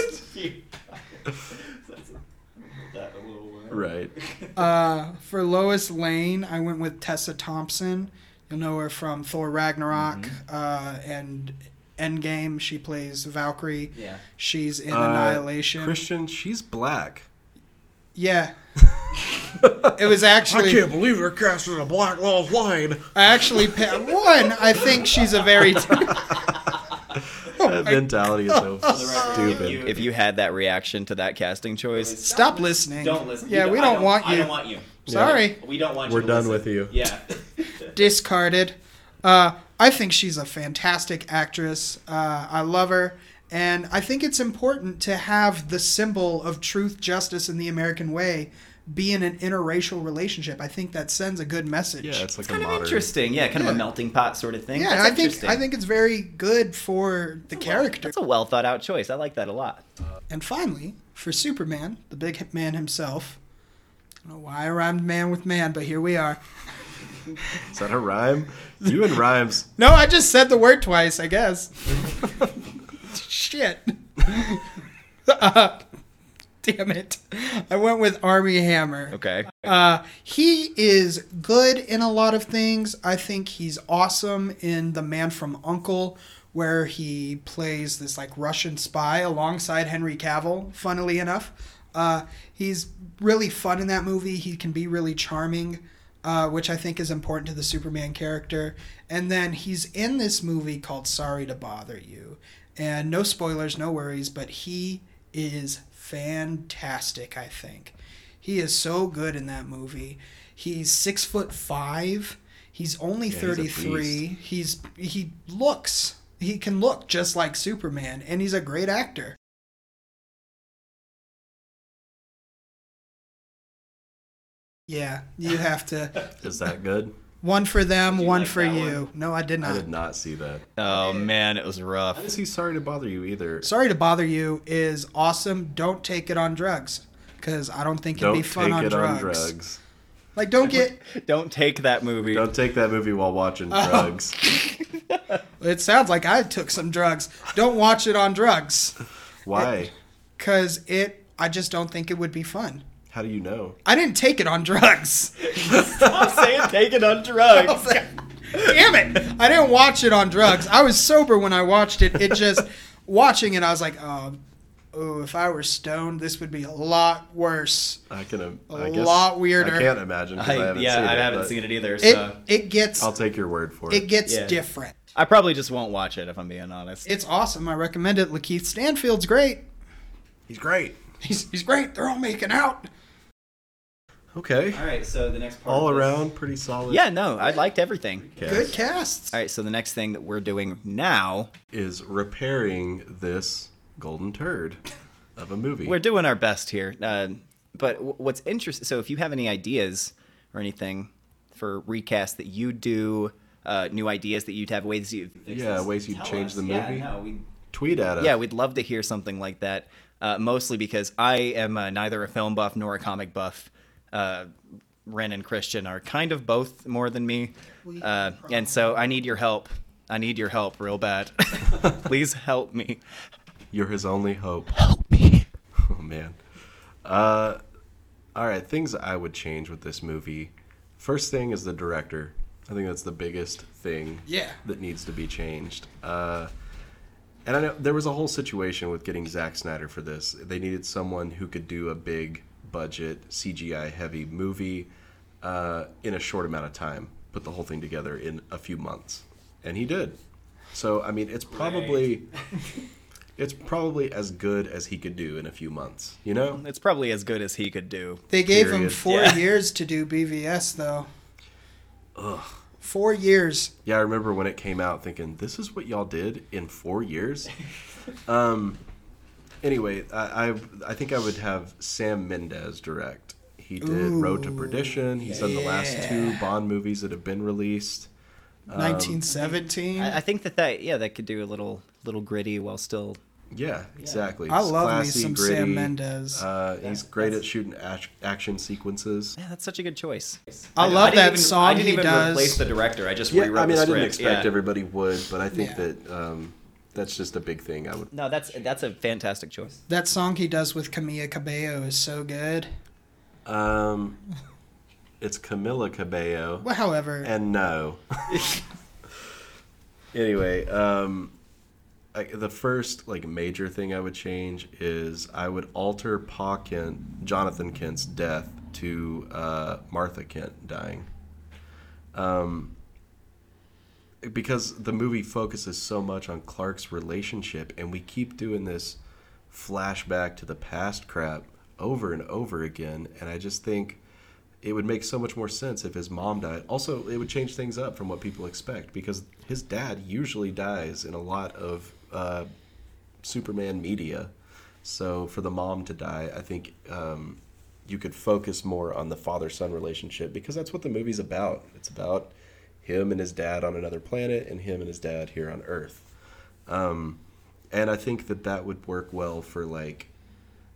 That little one. right. uh, for Lois Lane, I went with Tessa Thompson. You'll know her from Thor Ragnarok Mm-hmm. uh, and Endgame. She plays Valkyrie. Yeah. She's in Uh, Annihilation. Christian, she's black. [laughs] yeah. it was actually I, believe they're casting a black Lois Lane. actually pa- one. I think she's a [laughs] very That mentality is so the record, stupid. you- If you had that reaction to that casting choice, stop listening. Don't listen. Yeah, You we I don't want I you. don't want you. Sorry, We don't want you. We're to done listen. with you. [laughs] Yeah. discarded. Uh, I think she's a fantastic actress. Uh, I love her. And I think it's important to have the symbol of truth, justice, and the American way be in an interracial relationship. I think that sends a good message. Yeah, it's like a kind of modern. interesting. Yeah, kind of Yeah. a melting pot sort of thing. Yeah, That's I think interesting. I think it's very good for the character. that's a well thought out choice. I like that a lot. And finally, for Superman, the big man himself. I don't know why I rhymed man with man, but here we are. Is that a rhyme? You and rhymes. No, I just said the word twice, I guess. Shit. [laughs] Uh, damn it. I went with Army Hammer. Okay. Uh, he is good in a lot of things. I think he's awesome in The Man from Uncle, where he plays this like Russian spy alongside Henry Cavill. Funnily enough, uh, he's really fun in that movie. He can be really charming, uh, which I think is important to the Superman character. And then he's in this movie called Sorry to Bother You, and no spoilers, no worries, but he is fantastic. I think. He is so good in that movie. He's six foot five. He's only he's a thirty three. He's, he looks he can look just like Superman, and he's a great actor. Yeah, [laughs] you have to Is that good? one for them, you one like for that you. No, I did I not. did not see that. Oh man, it was rough. Is he sorry to bother you either? Sorry to bother you is awesome. Don't take it on drugs, because I don't think it'd Don't be take fun it on drugs. on drugs. [laughs] Like, don't get. Don't take that movie. [laughs] Don't take that movie while watching drugs. It sounds like I took some drugs. Don't watch it on drugs. Why? Cause it I just don't think it would be fun. How do you know? I didn't take it on drugs. [laughs] Stop saying take it on drugs. Damn it. I didn't watch it on drugs. I was sober when I watched it. It just watching it I was like, oh, oh if I were stoned, this would be a lot worse. I can. um, A I guess, lot weirder. I can't imagine. 'cause I, [laughs] I, haven't yeah, seen I it, haven't but seen it either. It So it gets Uh, I'll take your word for it. it gets Yeah. different. I probably just won't watch it if I'm being honest. It's awesome. I recommend it. Lakeith Stanfield's great. He's great. He's he's great. They're all making out. Okay. All right, so the next part. All of this- around, pretty solid. Yeah, no, I liked everything. cast Good casts. All right, so the next thing that we're doing now, Is repairing this golden turd of a movie. we're doing our best here. Uh, but w- what's interesting, so if you have any ideas or anything for recast that you do, uh, new ideas that you'd have, ways you Fix Yeah, this. ways you'd Tell change us. the movie. Yeah, no, we. Tweet at us. Yeah, we'd love to hear something like that. Uh, mostly because I am uh, neither a film buff nor a comic buff. Uh, Ren and Christian are kind of both more than me, uh, and so I need your help. I need your help [laughs] real bad. [laughs] Please help me. You're his only hope. Help me. [laughs] Oh man. Uh, all right, things I would change with this movie. First thing is the director. I think that's the biggest thing Yeah. that needs to be changed. Uh, and I know there was a whole situation with getting Zack Snyder for this. They needed someone who could do a big budget CGI heavy movie uh, in a short amount of time, put the whole thing together in a few months, and he did. So I mean, it's probably it's probably as good as he could do in a few months. You know? It's probably as good as he could do. They gave him Period. four Yeah. years to do BVS though. Four years. Yeah, I remember when it came out thinking, this is what y'all did in four [laughs] years? um, anyway, I, I, I think I would have Sam Mendes direct. He did Road to Perdition. He's done the last two Bond movies that have been released. Um, 1917. I, I think that that yeah that could do a little little gritty while still. Yeah, exactly. I It's love me classy, some gritty. Sam Mendes. Uh, he's great at shooting ac- action sequences. Yeah, that's such a good choice. I didn't- love didn't that even- song I didn't he even does. replace the director. I just Yeah, rewrote I mean, the I script. didn't expect yeah. everybody would, but I think Yeah. that um, that's just a big thing I would No, that's that's a fantastic choice. that song he does with Camilla Cabello is so good. Um, it's Camila Cabello. Well, however, And no. [laughs] anyway, um, I, the first like major thing I would change is I would alter Pa Kent, Jonathan Kent's death to uh, Martha Kent dying. Um, because the movie focuses so much on Clark's relationship, and we keep doing this flashback to the past crap over and over again, and I just think it would make so much more sense if his mom died. Also, it would change things up from what people expect because his dad usually dies in a lot of uh, Superman media. So for the mom to die, I think um, you could focus more on the father son relationship because that's what the movie's about. It's about him and his dad on another planet and him and his dad here on Earth. Um, and I think that that would work well for like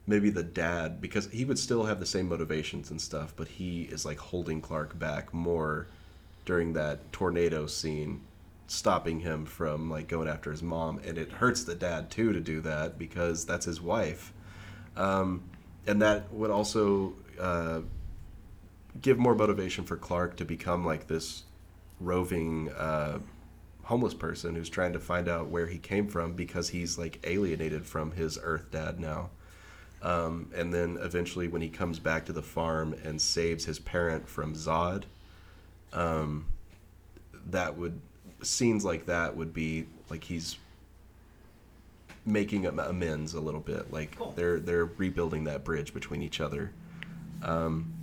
maybe the dad because he would still have the same motivations and stuff, but he is like holding Clark back more during that tornado scene, stopping him from like going after his mom, and it hurts the dad too to do that because that's his wife, um, and that would also uh, give more motivation for Clark to become like this roving. Uh, homeless person who's trying to find out where he came from because he's like alienated from his earth dad now um, and then eventually, when he comes back to the farm and saves his parent from Zod, um, that would scenes like that would be like he's making am- amends a little bit. Like Cool. they're they're rebuilding that bridge between each other. Um,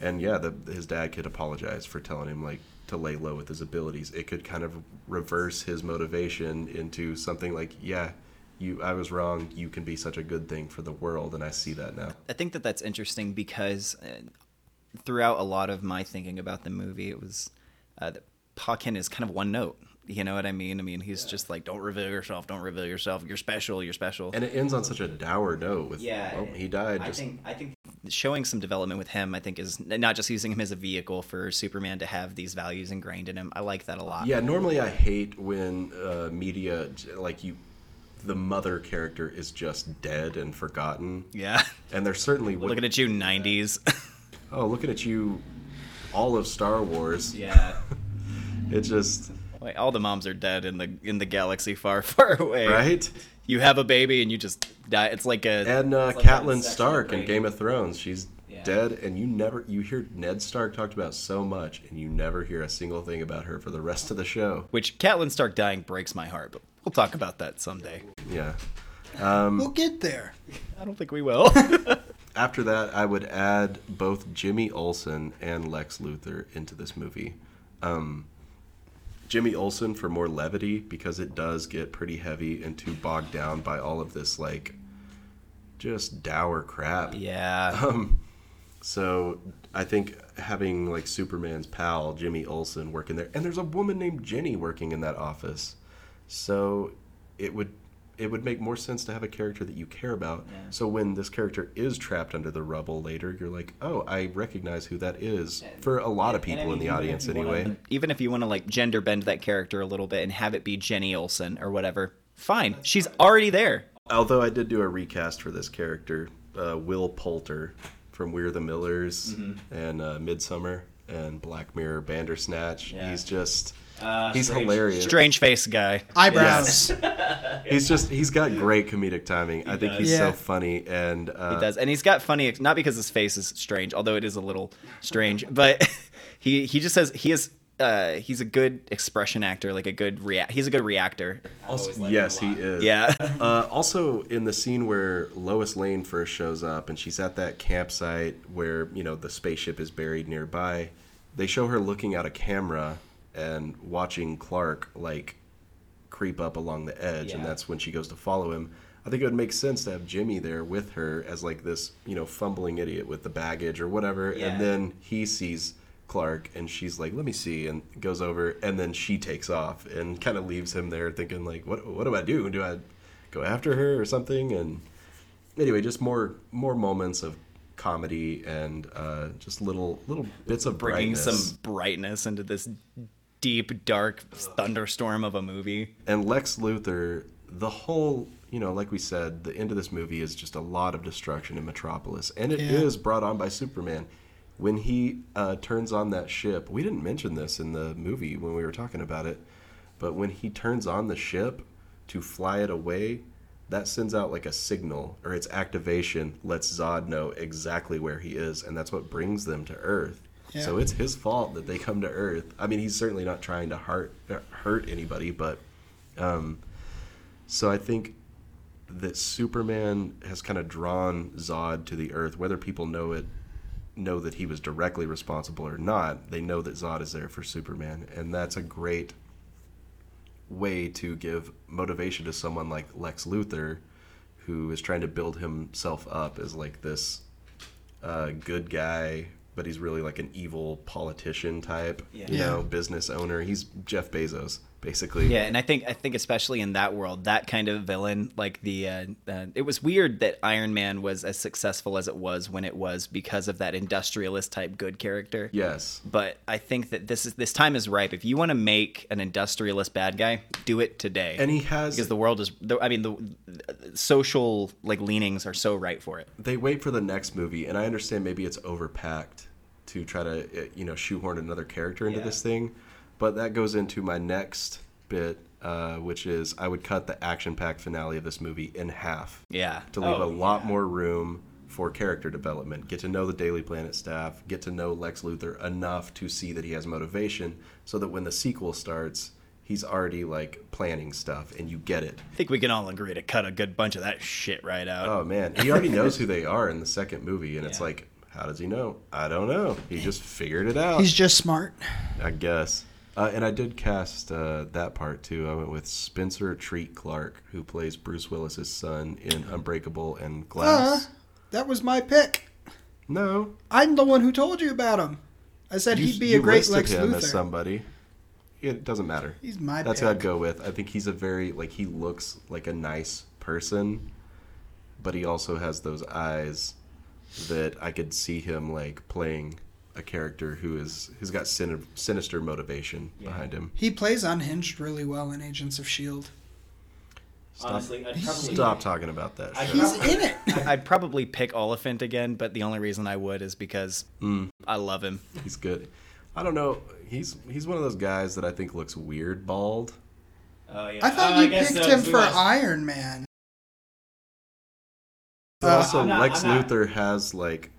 and yeah, the, his dad could apologize for telling him like to lay low with his abilities. It could kind of reverse his motivation into something like, yeah, you, I was wrong. You can be such a good thing for the world, and I see that now. I think that that's interesting because uh, throughout a lot of my thinking about the movie, it was uh, that Paquin is kind of one note. You know what I mean? I mean, he's just like, don't reveal yourself, don't reveal yourself. You're special, you're special. And it ends on such a dour note with, Yeah. well, he died. I Just, think. I think. Showing some development with him, I think, is n- not just using him as a vehicle for Superman to have these values ingrained in him. I like that a lot. yeah, normally I hate when uh, media j- like you, the mother character is just dead and forgotten, Yeah. [laughs] and there certainly would. Looking at you, 90s. oh, looking at you, all of Star Wars. Yeah. It just [laughs] Like, all the moms are dead in the in the galaxy far, far away. right. You have a baby and you just die. It's like a And uh, It's like that Catelyn section Stark in break. Game of Thrones, she's Yeah. dead, and you never you hear Ned Stark talked about so much, and you never hear a single thing about her for the rest of the show. which Catelyn Stark dying breaks my heart, but we'll talk about that someday. Yeah, we'll get there. [laughs] I don't think we will. [laughs] after that, I would add both Jimmy Olsen and Lex Luthor into this movie. Um, Jimmy Olsen for more levity because it does get pretty heavy and too bogged down by all of this like just dour crap. Yeah. Um, so I think having like Superman's pal Jimmy Olsen working there, and there's a woman named Jenny working in that office, so it would it would make more sense to have a character that you care about. Yeah. So when this character is trapped under the rubble later, you're like, oh, I recognize who that is And- for a lot of and [laughs] I people mean, in the even if audience you wanna- anyway. Even if you want to like gender bend that character a little bit and have it be Jenny Olsen or whatever, fine. She's already there. Although I did do a recast for this character, uh, Will Poulter from We're the Millers Mm-hmm. and uh, Midsummer and Black Mirror Bandersnatch. Yeah. He's just Uh, he's strange- hilarious. Strange face guy. Eyebrows. He's just he's got great comedic timing. I think does. he's Yeah. so funny and uh, He does, and he's got funny. Ex- not because his face is strange, although it is a little strange, [laughs] but he he just says he is. Uh, he's a good expression actor, like a good react. He's a good reactor. I've always liked him a Yes, he lot. is. Yeah, [laughs] Uh, also, in the scene where Lois Lane first shows up and she's at that campsite where, you know, the spaceship is buried nearby, they show her looking out a camera and watching Clark, like, creep up along the edge, and Yeah. that's when she goes to follow him. I think it would make sense to have Jimmy there with her as, like, this, you know, fumbling idiot with the baggage or whatever, Yeah. and then he sees. Clark and she's like, "Let me see," and goes over, and then she takes off and kind of leaves him there, thinking like, "What? What do I do? Do I go after her or something and anyway just more more moments of comedy and uh, just little little bits of bringing brightness some brightness into this deep, dark thunderstorm of a movie. and lex luthor the whole you know like we said the end of this movie is just a lot of destruction in metropolis and it is Yeah. brought on by superman when he uh, turns on that ship we didn't mention this in the movie when we were talking about it but when he turns on the ship to fly it away that sends out like a signal or its activation lets zod know exactly where he is and that's what brings them to earth Yeah. so it's his fault that they come to earth i mean he's certainly not trying to hurt, hurt anybody but um, so I think that Superman has kind of drawn Zod to the Earth, whether people know it, know that he was directly responsible or not. They know that Zod is there for Superman, and that's a great way to give motivation to someone like Lex Luthor, who is trying to build himself up as like this uh, good guy, but he's really like an evil politician type, Yeah. you Yeah. know, business owner. He's Jeff Bezos, basically. Yeah, and I think I think especially in that world, that kind of villain, like the uh, uh, it was weird that Iron Man was as successful as it was when it was because of that industrialist type good character. Yes. but I think that this is this time is ripe. If you want to make an industrialist bad guy, do it today. And he has because the world is, the, I mean, the, the social like leanings are so right for it. they wait for the next movie, and I understand maybe it's overpacked to try to uh, you know shoehorn another character into Yeah. this thing, but that goes into my next bit, uh, which is I would cut the action-packed finale of this movie in half Yeah, to leave Oh, a lot more room for character development. Get to know the Daily Planet staff, get to know Lex Luthor enough to see that he has motivation, so that when the sequel starts, he's already like planning stuff, and you get it. I think we can all agree to cut a good bunch of that shit right out. Oh man, he already knows who they are in the second movie, and it's Yeah. like, how does he know? I don't know. He just figured it out, [laughs] He's just smart. I guess. Uh, and I did cast uh, that part too. I went with Spencer Treat Clark, who plays Bruce Willis's son in Unbreakable and Uh, Glass. that was my pick. no, I'm the one who told you about him. I said you, he'd be you a great listed Lex him Luthor. as somebody. It doesn't matter. He's my That's who pick. I'd go with. I think he's a very like he looks like a nice person, but he also has those eyes that I could see him like playing a character who is who's got sin- sinister motivation Yeah. behind him. He plays unhinged really well in Agents of Shield. Stop, Honestly, I'd probably stop talking about that. I- shit. He's in it. [laughs] I'd probably pick Oliphant again, but the only reason I would is because Hmm. I love him. He's good. I don't know. He's he's one of those guys that I think looks weird bald. Oh, yeah. I thought oh, you guess picked so, him we for lost- Iron Man. But Uh, also, I'm not- Lex I'm not- Luthor has like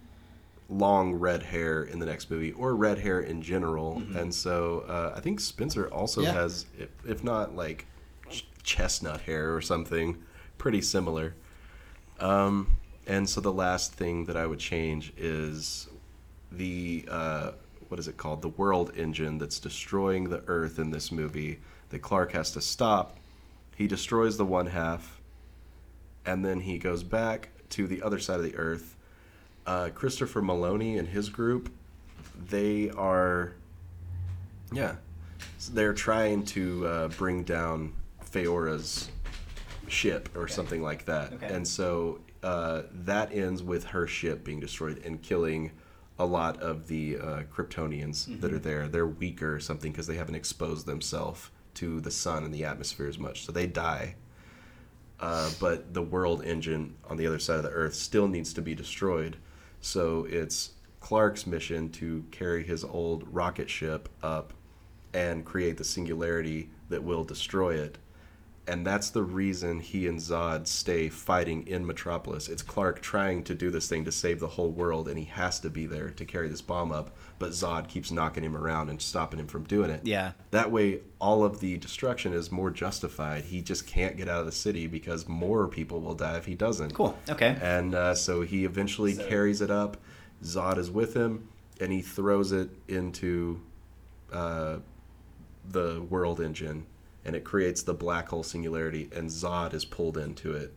long red hair in the next movie, or red hair in general, Mm-hmm. and so uh, I think Spencer also Yeah. has, if, if not like ch- chestnut hair or something, pretty similar. Um, And so the last thing that I would change is the uh, what is it called? The world engine that's destroying the Earth in this movie. That Clark has to stop. He destroys the one half, and then he goes back to the other side of the Earth. Uh, Christopher Maloney and his group, they are, yeah, so they're trying to uh, bring down Feora's ship or something like that. Okay. And so uh, that ends with her ship being destroyed and killing a lot of the uh, Kryptonians that are there. They're weaker or something because they haven't exposed themselves to the sun and the atmosphere as much. So they die. Uh, but the world engine on the other side of the Earth still needs to be destroyed. So it's Clark's mission to carry his old rocket ship up and create the singularity that will destroy it and that's the reason he and Zod stay fighting in Metropolis. It's Clark trying to do this thing to save the whole world, and he has to be there to carry this bomb up. But Zod keeps knocking him around and stopping him from doing it. Yeah. That way, all of the destruction is more justified. He just can't get out of the city because more people will die if he doesn't. Cool. Okay. And uh, so he eventually So- carries it up. Zod is with him, and he throws it into uh, the world engine, and it creates the black hole singularity, and Zod is pulled into it.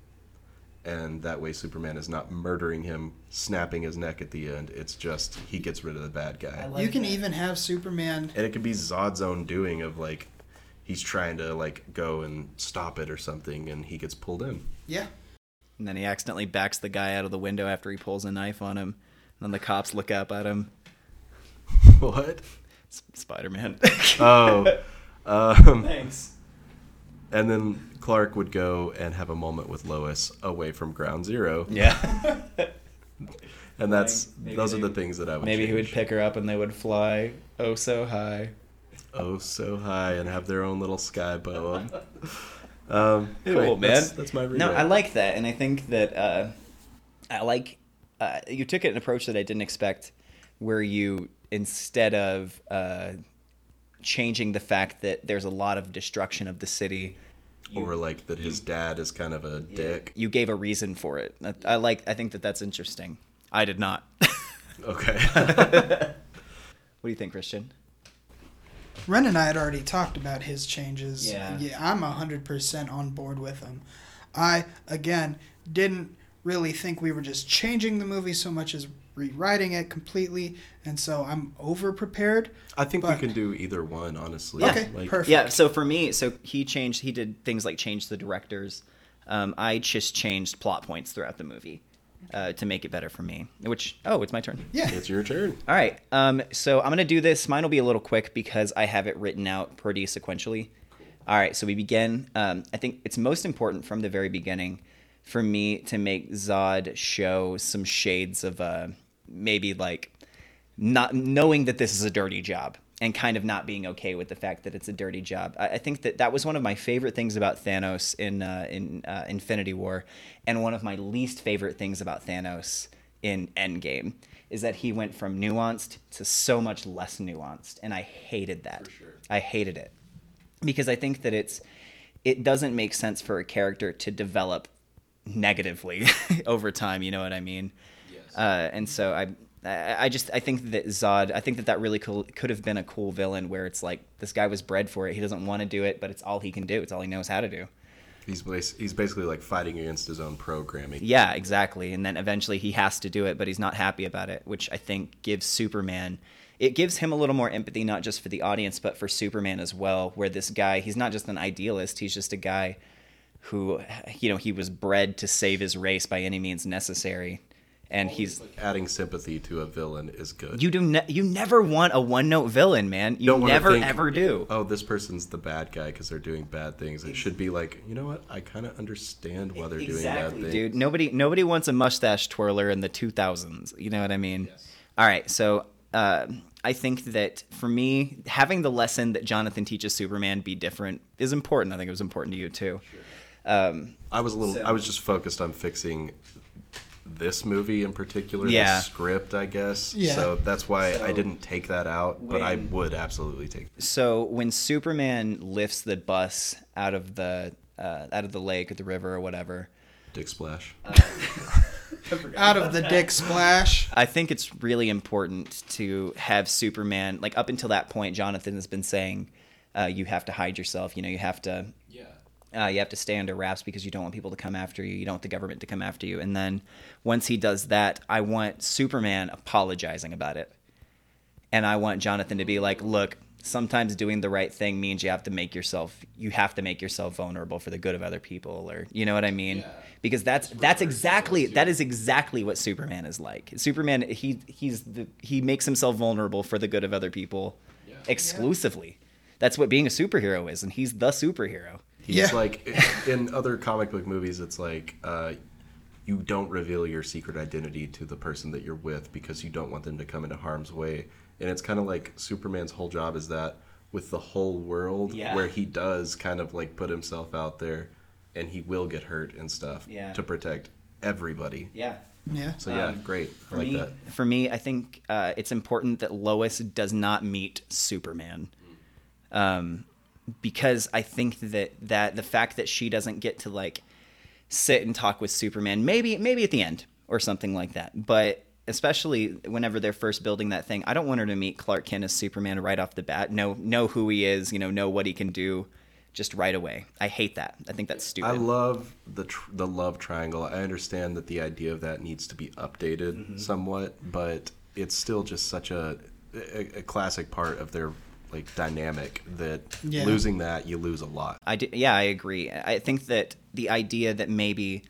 And that way, Superman is not murdering him, snapping his neck at the end. It's just he gets rid of the bad guy. I You like can that. even have Superman. and it could be Zod's own doing of like, he's trying to like go and stop it or something, and he gets pulled in. [laughs] Yeah. And then he accidentally backs the guy out of the window after he pulls a knife on him. And then the cops look up at him. what? Spider [laughs] Man. Oh. Um, Thanks. And then Clark would go and have a moment with Lois away from Ground Zero, yeah. and that's Maybe those are the they- things that I would Maybe he would change. pick her up and they would fly oh so high. oh so high and have their own little sky poem. [laughs] Um, anyway, Cool, man. That's, that's my rewrite. No, I like that, and I think that uh, I like uh, you took an approach that I didn't expect, where you instead of uh, changing the fact that there's a lot of destruction of the city, or like that his dad is kind of a [laughs] dick. you gave a reason for it. I- I like. I think that that's interesting. I did not. [laughs] what [laughs] Okay. do you think, Christian? Ren and I had already talked about his changes. Yeah. I'm 100% on board with them. I, again, didn't really think we were just changing the movie so much as rewriting it completely, and so I'm over prepared. I think But- we can do either one, honestly. Okay, Like, perfect. Yeah. So for me, so he changed. He did things like change the directors. Um, I just changed plot points throughout the movie uh, to make it better for me. Which oh, it's my turn. Yeah. It's your turn. All right. Um, so I'm gonna do this. Mine will be a little quick because I have it written out pretty sequentially. All right. So we begin. Um, I think it's most important from the very beginning for me to make Zod show some shades of uh, maybe like not knowing that this is a dirty job and kind of not being okay with the fact that it's a dirty job. I, I think that that was one of my favorite things about Thanos in uh, in uh, Infinity War, and one of my least favorite things about Thanos in Endgame is that he went from nuanced to so much less nuanced, and I hated that. I hated it because I think that it's it doesn't make sense for a character to develop negatively [laughs] over time. You know what I mean? Yes. Uh, and so I. I I just I think that Zod I think that that really cool, could have been a cool villain where it's like this guy was bred for it he doesn't want to do it but it's all he can do it's all he knows how to do He's bas- he's basically like fighting against his own programming. yeah, exactly. And then eventually he has to do it, but he's not happy about it, which I think gives Superman it gives him a little more empathy not just for the audience but for Superman as well, where this guy, he's not just an idealist, he's just a guy who you know, he was bred to save his race by any means necessary. And he's Adding sympathy to a villain is good. you do ne- you never want a one-note villain, man. You Don't wanna never think- ever do. oh, this person's the bad guy because they're doing bad things. It should be like, you know what? I kind of understand why they're Exactly, doing bad things. dude. Nobody nobody wants a mustache twirler in the 2000s. You know what I mean? All right, so uh, I think that for me, having the lesson that Jonathan teaches Superman be different is important. I think it was important to you too. I was a little. So- I was just focused on fixing this movie in particular. Yeah. The script, I guess. Yeah. So that's why I So- didn't take that out, but I When- would absolutely take. So when Superman lifts the bus out of the uh, out of the lake or the river or whatever, Dick Splash. out of the dick splash. I think it's really important to have Superman. Like up until that point, Jonathan has been saying, uh, "You have to hide yourself. You know, you have to, Yeah. uh, you have to stay under wraps because you don't want people to come after you. You don't want the government to come after you." And then once he does that, I want Superman apologizing about it, and I want Jonathan to be like, "Look." Sometimes doing the right thing means you have to make yourself you have to make yourself vulnerable for the good of other people or you know what I mean? Because that's that's exactly that is exactly what Superman is like. Superman he he's the, he makes himself vulnerable for the good of other people exclusively. That's what being a superhero is, and he's the superhero. He's Yeah. like [laughs] in other comic book movies, it's like uh, you don't reveal your secret identity to the person that you're with because you don't want them to come into harm's way. And it's kind of like Superman's whole job is that with the whole world, Yeah. where he does kind of like put himself out there, and he will get hurt and stuff Yeah. to protect everybody. Yeah. Yeah. So yeah, Um, great. I For like me, that. for me, I think uh, it's important that Lois does not meet Superman, um, because I think that that the fact that she doesn't get to like sit and talk with Superman, maybe maybe at the end or something like that, but especially whenever they're first building that thing, I don't want her to meet Clark Kent as Superman right off the bat. Know know who he is, you know, know what he can do, just right away. I hate that. I think that's stupid. I love the tr- the love triangle. I understand that the idea of that needs to be updated Mm-hmm. somewhat, but it's still just such a, a a classic part of their like dynamic that Yeah. losing that you lose a lot. I d- yeah, I agree. I think that the idea that maybe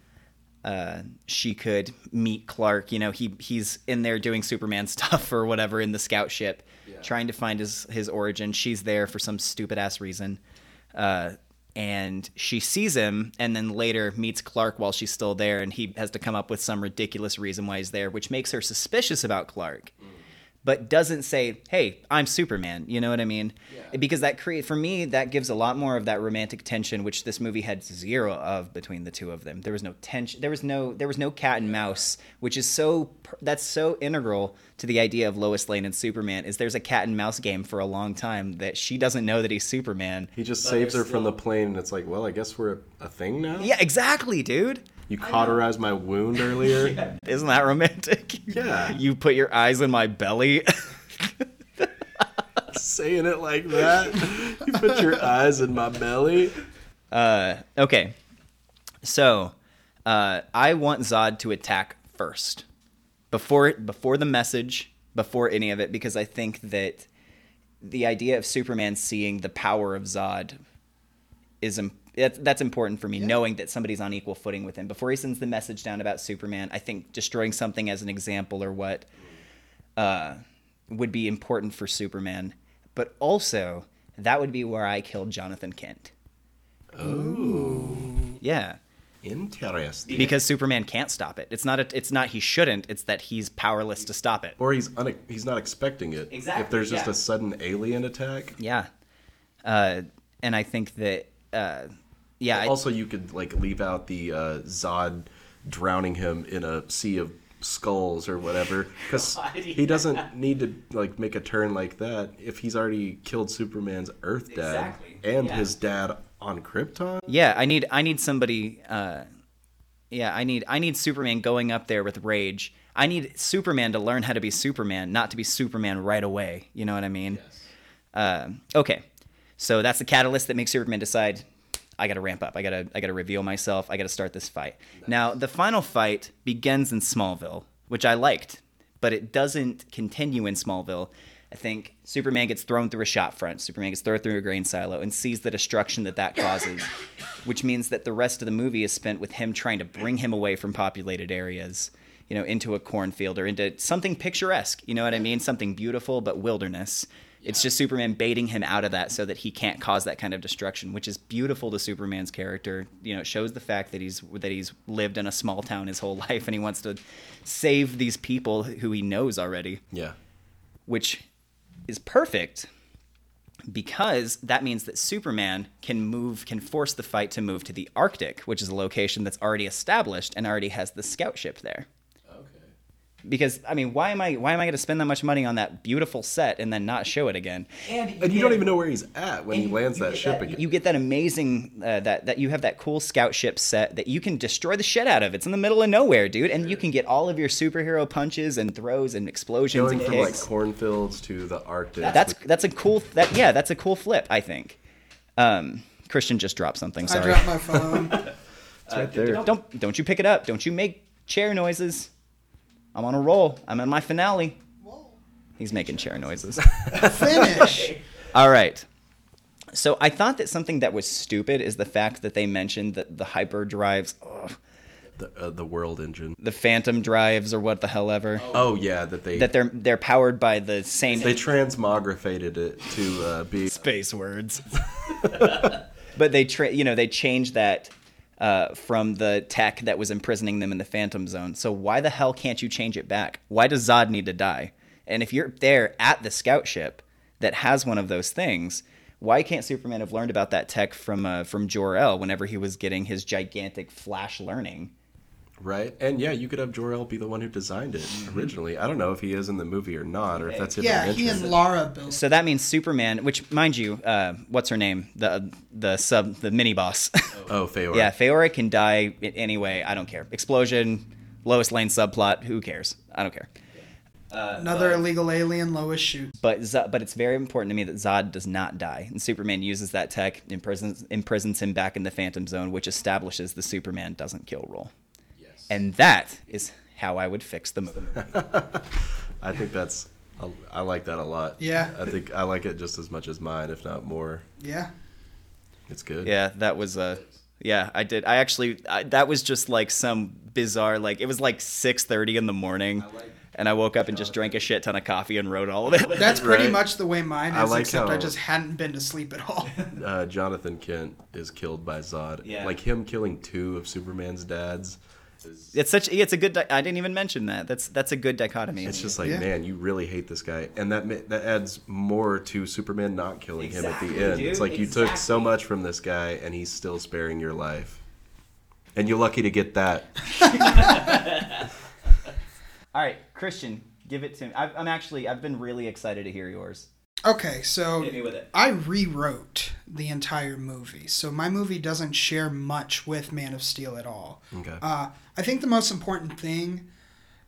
uh, she could meet Clark, you know, he he's in there doing Superman [laughs] stuff or whatever in the scout ship, trying to find his his origin. She's there for some stupid ass reason, uh, and she sees him, and then later meets Clark while she's still there, and he has to come up with some ridiculous reason why he's there, which makes her suspicious about Clark but doesn't say, "Hey, I'm Superman." You know what I mean? Because that create for me that gives a lot more of that romantic tension, which this movie had zero of between the two of them. There was no tension. There was no there was no cat and mouse, which is so per- that's so integral to the idea of Lois Lane and Superman. Is there's a cat and mouse game for a long time that she doesn't know that he's Superman. He just But saves her there's from the still- plane, and it's like, well, I guess we're a thing now. Yeah, exactly, dude. You cauterized my wound [laughs] earlier. yeah. Isn't that romantic? Yeah. you put your eyes in my belly. [laughs] Saying it like [laughs] that, you put your eyes in my belly. Uh, okay. So, uh, I want Zod to attack first, before before the message, before any of it, because I think that the idea of Superman seeing the power of Zod is im- that's, that's important for me. Knowing that somebody's on equal footing with him before he sends the message down about Superman, I think destroying something as an example or what uh, would be important for Superman, but also that would be where I killed Jonathan Kent. Ooh. Yeah. Interesting. Because Superman can't stop it. It's not. A, it's not. He shouldn't. It's that he's powerless to stop it. Or he's une- he's not expecting it. Exactly, If there's just yeah. a sudden alien attack, Yeah. Uh, and I think that. Uh, yeah. I- also, you could like leave out the uh, Zod drowning him in a sea of skulls or whatever, because [laughs] God, he yeah. doesn't need to like make a turn like that if he's already killed Superman's Earth dad Exactly, and yeah. his dad on Krypton. yeah. I need. I need somebody. Uh, yeah. I need. I need Superman going up there with rage. I need Superman to learn how to be Superman, not to be Superman right away. You know what I mean? Um, okay, so that's the catalyst that makes Superman decide I got to ramp up. I got to I got to reveal myself. I got to start this fight. Now the final fight begins in Smallville, which I liked, but it doesn't continue in Smallville. I think Superman gets thrown through a shop front. Superman gets thrown through a grain silo and sees the destruction that that causes, which means that the rest of the movie is spent with him trying to bring him away from populated areas, you know, into a cornfield or into something picturesque. You know what I mean? Something beautiful but wilderness. It's just Superman baiting him out of that so that he can't cause that kind of destruction, which is beautiful to Superman's character. You know, it shows the fact that he's that he's lived in a small town his whole [laughs] life and he wants to save these people who he knows already, Yeah, which is perfect because that means that Superman can move can force the fight to move to the Arctic, which is a location that's already established and already has the scout ship there. Okay. because I mean, why am I why am I going to spend that much money on that beautiful set and then not show it again? And, And you get- don't even know where he's at when And he you- lands you that get ship that- again. You get that amazing uh, that that you have that cool scout ship set that you can destroy the shit out of. It's in the middle of nowhere, dude, and you can get all of your superhero punches and throws and explosions Going and from like kicks. cornfields to the Arctic. that's that's a cool that yeah, that's a cool flip. I think. Um, Christian just dropped something. I Sorry. dropped my phone. [laughs] It's uh, right there. Don't don't you pick it up. Don't you make chair noises. I'm on a roll. I'm in my finale. He's making chair noises. Finish. All right. So I thought that something that was stupid is the fact that they mentioned that the hyper drives, ugh, The, uh, the world engine. the phantom drives, or what the hell ever, Oh yeah, that they that they're they're powered by the same they transmogrified it to uh, be space words. [laughs] but they tra- you know they changed that uh, from the tech that was imprisoning them in the Phantom Zone. So why the hell can't you change it back? Why does Zod need to die? And if you're there at the scout ship that has one of those things, why can't Superman have learned about that tech from uh, from Jor El whenever he was getting his gigantic flash learning? right. And yeah, you could have Jor El be the one who designed it originally. I don't know if he is in the movie or not, or if that's hidden Mm-hmm. yeah, in he interest. and Lara built. So that means Superman, which mind you, uh, what's her name, the the sub the mini boss. oh, Feora. Yeah, Feora can die in any way. I don't care. Explosion, Lois Lane subplot. Who cares? I don't care. Another illegal alien, Lois shoots. But Z- but it's very important to me that Zod does not die, and Superman uses that tech, imprisons imprisons him back in the Phantom Zone, which establishes the Superman doesn't kill rule. Yes. And that is how I would fix the movie. [laughs] I think that's. I like that a lot. Yeah. I think I like it just as much as mine, if not more. Yeah. It's good. Yeah, that was a. Yeah, I did. I actually I, that was just like some bizarre like it was like six thirty in the morning, and I woke up and just drank a shit ton of coffee and wrote all of it. That's pretty Right. much the way mine is, I like except I how- just hadn't been to sleep at [laughs] all. Uh, Jonathan Kent is killed by Zod. Yeah. Like him killing two of Superman's dads. It's such. It's a good. Di- I didn't even mention that. That's that's a good dichotomy. It's just like, Yeah. man, you really hate this guy, and that ma- that adds more to Superman not killing him at Exactly, the end. dude, It's like you took so exactly. much from this guy, and he's still sparing your life, and you're lucky to get that. all right, Christian, give it to me. I've, I'm actually. I've been really excited to hear yours. Okay, so Hit me with it. I rewrote the entire movie, so my movie doesn't share much with Man of Steel at all. Okay. Uh, I think the most important thing,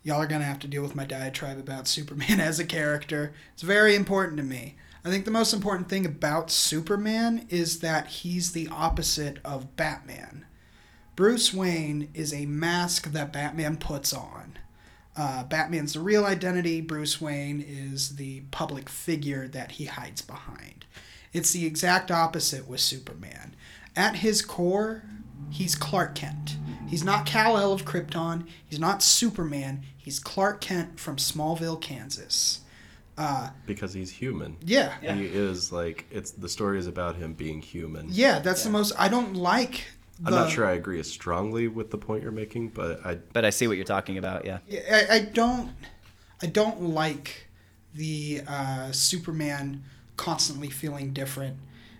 y'all are gonna have to deal with my diatribe about Superman [laughs] as a character. It's very important to me. I think the most important thing about Superman is that he's the opposite of Batman. Bruce Wayne is a mask that Batman puts on. Uh, Batman's the real identity. Bruce Wayne is the public figure that he hides behind. It's the exact opposite with Superman. At his core, he's Clark Kent. He's not Kal El of Krypton. He's not Superman. He's Clark Kent from Smallville, Kansas. because he's human. Yeah. He is like it's the story is about him being human. Yeah, that's the most. I don't like. The, I'm not sure I agree as strongly with the point you're making, but I But I see what you're talking about. Yeah. I, I don't I don't like the uh, Superman constantly feeling different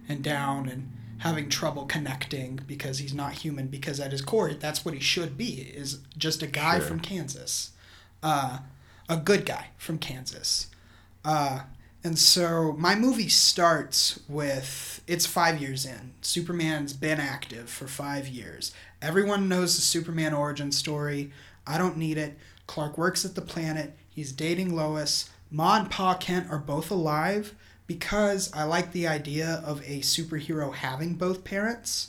and down and having trouble connecting because he's not human because at his core that's what he should be is just a guy Sure. from Kansas uh, a good guy from Kansas uh, and so my movie starts with it's five years in. Superman's been active for five years. Everyone knows the Superman origin story. I don't need it. Clark works at the planet. He's dating Lois. Ma and Pa Kent are both alive because I like the idea of a superhero having both parents.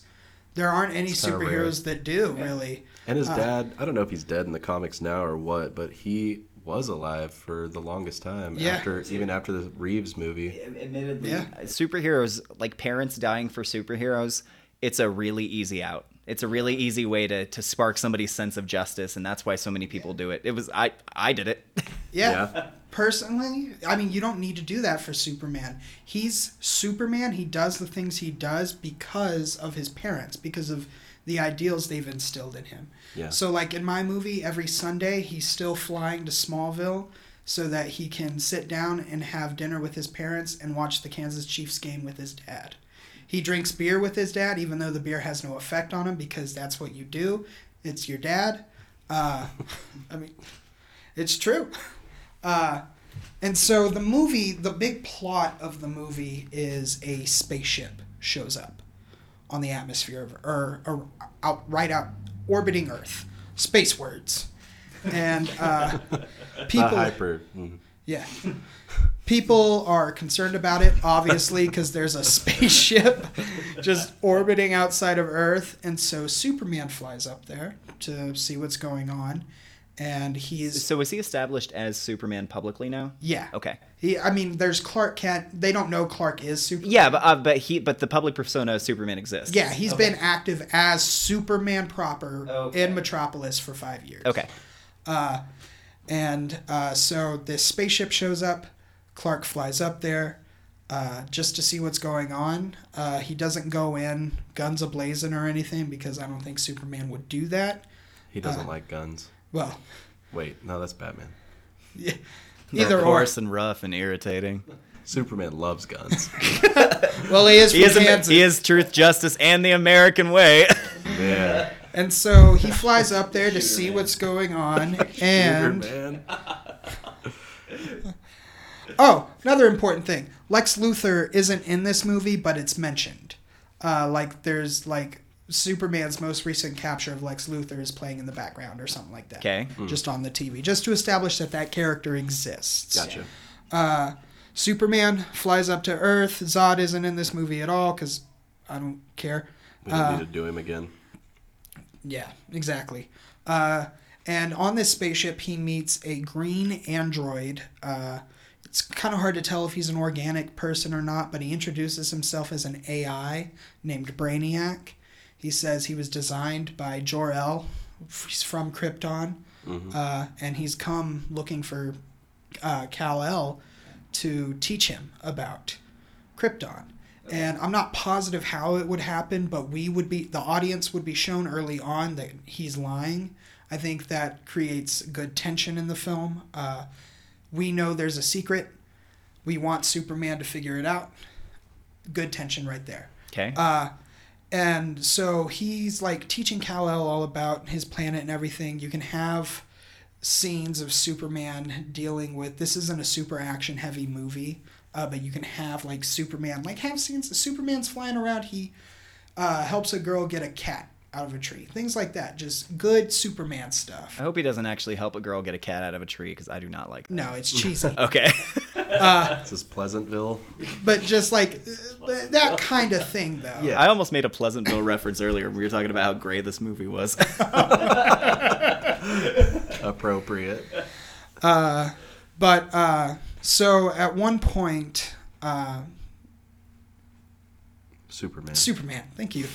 There aren't any kinda rare. superheroes that do, really. and his dad. I don't know if he's dead in the comics now or what, but he was alive for the longest time Yeah. after even after the Reeves movie. Admittedly, Yeah. Uh, Superheroes like parents dying for superheroes. It's a really easy out. It's a really easy way to to spark somebody's sense of justice, and that's why so many people do it. It was I. I did it. [laughs] Yeah. Yeah. Personally, I mean, you don't need to do that for Superman. He's Superman. He does the things he does because of his parents, because of the ideals they've instilled in him. Yeah. So, like in my movie, every Sunday, he's still flying to Smallville so that he can sit down and have dinner with his parents and watch the Kansas Chiefs game with his dad. He drinks beer with his dad, even though the beer has no effect on him because that's what you do. It's your dad. Uh, I mean, It's true. Uh, and so the movie, the big plot of the movie is a spaceship shows up on the atmosphere of or, or out right out orbiting Earth. Space words. And uh, [laughs] The people hyper. mhm. yeah. People are concerned about it, obviously, because there's a spaceship just orbiting outside of Earth. And so Superman flies up there to see what's going on. And he's, So is he established as Superman publicly now? yeah. Okay. He, I mean, there's Clark Kent. They don't know Clark is Superman. Yeah, but uh, but he but the public persona of Superman exists. Yeah, he's Okay. been active as Superman proper Okay. in Metropolis for five years. Okay. And uh, so this spaceship shows up. Clark flies up there uh, just to see what's going on. Uh, he doesn't go in guns ablazing or anything because I don't think Superman would do that. He Uh. doesn't like guns. Well, [laughs] Wait, no, that's Batman. yeah, They're either or. coarse and rough and irritating. Superman loves guns. Well, he is He is from a, Kansas. he is truth, justice, and the American [laughs] way. [laughs] yeah. And so he flies up there to Shooter see man. what's going [laughs] on. And Superman. Oh, another important thing. Lex Luthor isn't in this movie, but it's mentioned. Uh, like there's like Superman's most recent capture of Lex Luthor is playing in the background or something like that. Okay. Just on the TV, just to establish that that character exists. Gotcha. Superman flies up to Earth. Zod isn't in this movie at all because I don't care. We don't need to do him again. Yeah, exactly. Uh, and on this spaceship, he meets a green android. Uh, it's kind of hard to tell if he's an organic person or not, but he introduces himself as an AI named Brainiac. He says he was designed by Jor El. He's from Krypton, uh, and he's come looking for uh, Kal El to teach him about Krypton. And I'm not positive how it would happen, but we would be the audience would be shown early on that he's lying. I think that creates good tension in the film. Uh, we know there's a secret. We want Superman to figure it out. Good tension right there. Okay. Uh, and so he's like teaching Kal El all about his planet and everything. You can have scenes of Superman dealing with. This isn't a super action heavy movie, uh, but you can have like Superman like have scenes. Superman's flying around. He uh, helps a girl get a cat out of a tree. Things like that. Just good Superman stuff. I hope he doesn't actually help a girl get a cat out of a tree because I do not like that. No, it's cheesy. Okay. This is Pleasantville. but just like uh, that kind of thing though. Yeah. [laughs] I almost made a Pleasantville reference earlier. We were talking about how gray this movie [laughs] was. Appropriate. But uh, so at one point, uh, Superman. Superman. Thank you.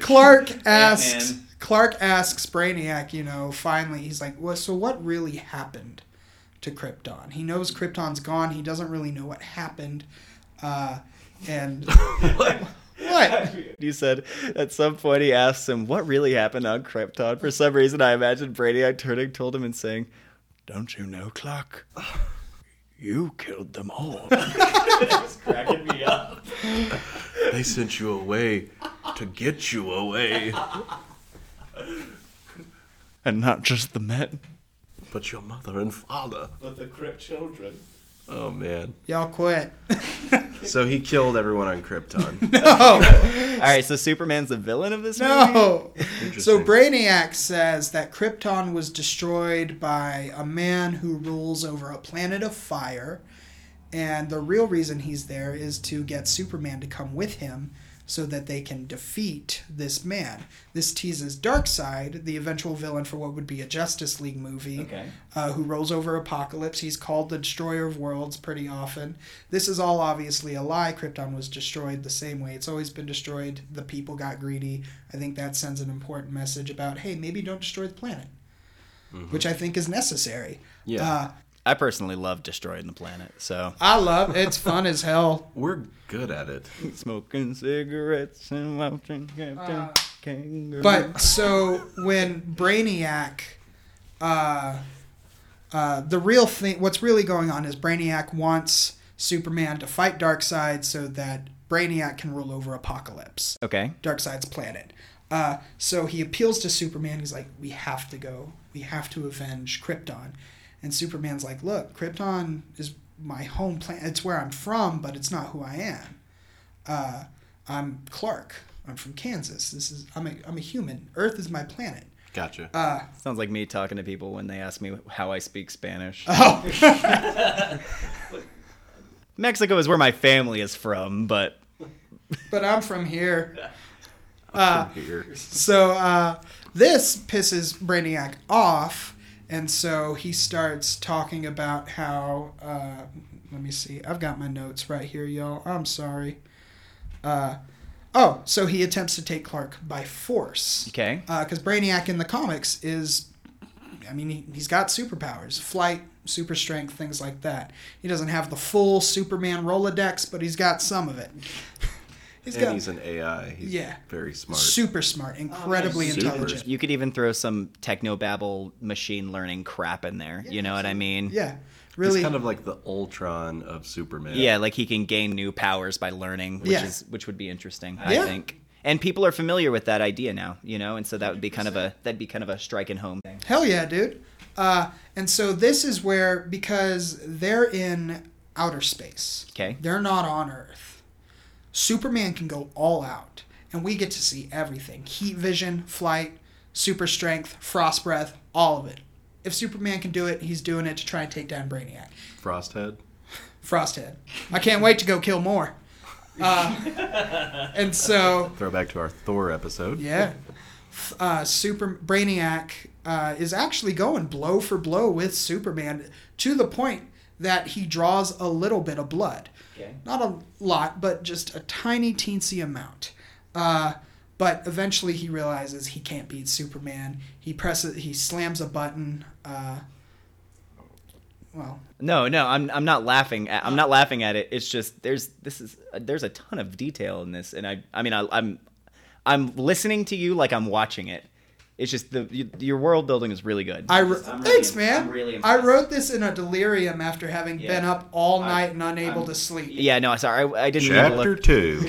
[laughs] Clark asks. Batman. Clark asks Brainiac. You know, finally, he's like, "Well, so what really happened to Krypton?" He knows Krypton's gone. He doesn't really know what happened. Uh, and what? you said at some point he asks him what really happened on Krypton. For some reason, I imagined Brainiac turning told him and saying, "Don't you know, Clark? You killed them [laughs] all." It's cracking me up. They sent you away to get you away. and not just the men. But your mother and father. But the [laughs] Crip children. Oh man. Y'all quit. So he killed everyone on [laughs] Krypton. Oh All right, so Superman's the villain of this movie. no. So Interesting. Brainiac says that Krypton was destroyed by a man who rules over a planet of fire, and the real reason he's there is to get Superman to come with him so that they can defeat this man. This teases Darkseid, the eventual villain for what would be a Justice League movie, Okay. uh, who rolls over Apocalypse. He's called the Destroyer of Worlds pretty often. This is all obviously a lie. Krypton was destroyed the same way it's always been destroyed. The people got greedy. I think that sends an important message about hey, maybe don't destroy the planet, which I think is necessary. Yeah. Uh, I personally love destroying the planet, so I love it's fun as hell. We're good at it. smoking cigarettes and watching Captain Kangaroo. Uh, But so when Brainiac, uh, uh, the real thing, what's really going on is Brainiac wants Superman to fight Darkseid so that Brainiac can rule over Apocalypse, okay, Darkseid's planet. Uh, so he appeals to Superman. He's like, "We have to go. We have to avenge Krypton." And Superman's like, "Look, Krypton is my home planet. It's where I'm from, but it's not who I am. Uh, I'm Clark. I'm from Kansas. This is I'm a I'm a human. Earth is my planet." Gotcha. Uh, Sounds like me talking to people when they ask me how I speak [laughs] Spanish. Oh. [laughs] Mexico is where my family is from, but But I'm [laughs] from here. Uh, Here. So uh, this pisses Brainiac off, and so he starts talking about how. Uh, let me see. I've got my notes right here, y'all. I'm sorry. Uh, oh, so he attempts to take Clark by force. okay. Because Brainiac in the comics is, I mean, he, he's got superpowers, flight, super strength, things like that. He doesn't have the full Superman Rolodex, but he's got some of it. [laughs] he's And he's an AI. He's Yeah. Very smart. super smart, incredibly super. intelligent. You could even throw some technobabble machine learning crap in there. you know what I mean? Yeah, He's really. kind of like the Ultron of Superman. Yeah, like he can gain new powers by learning, which Yeah. is which would be interesting, I Yeah. think. And people are familiar with that idea now, you know, and so that would be kind of a that'd be kind of a strike and home thing. Hell yeah, dude. Uh, and so this is where because they're in outer space. Okay. They're not on Earth. Superman can go all out, and we get to see everything: heat vision, flight, super strength, frost breath, all of it. If Superman can do it, he's doing it to try and take down Brainiac. Frosthead. Frosthead. I can't wait to go kill more. Uh, and so Throwback to our Thor episode. Yeah. F- Uh, Super Brainiac uh, is actually going blow for blow with Superman to the point that he draws a little bit of blood. Okay. Not a lot, but just a tiny teensy amount. Uh, but eventually he realizes he can't beat Superman. He presses, he slams a button. Uh, well, No, no, I'm I'm not laughing. At, Oh. I'm not laughing at it. It's just there's this is there's a ton of detail in this, and I I mean I, I'm I'm listening to you like I'm watching it. It's just the you, your world building is really good. I wr- I'm really- thanks, man. I'm really I impressed. wrote this in a delirium after having Yeah. been up all I- night and unable I'm- to sleep. yeah, no, sorry, I, I didn't mean to Chapter look. [laughs] two.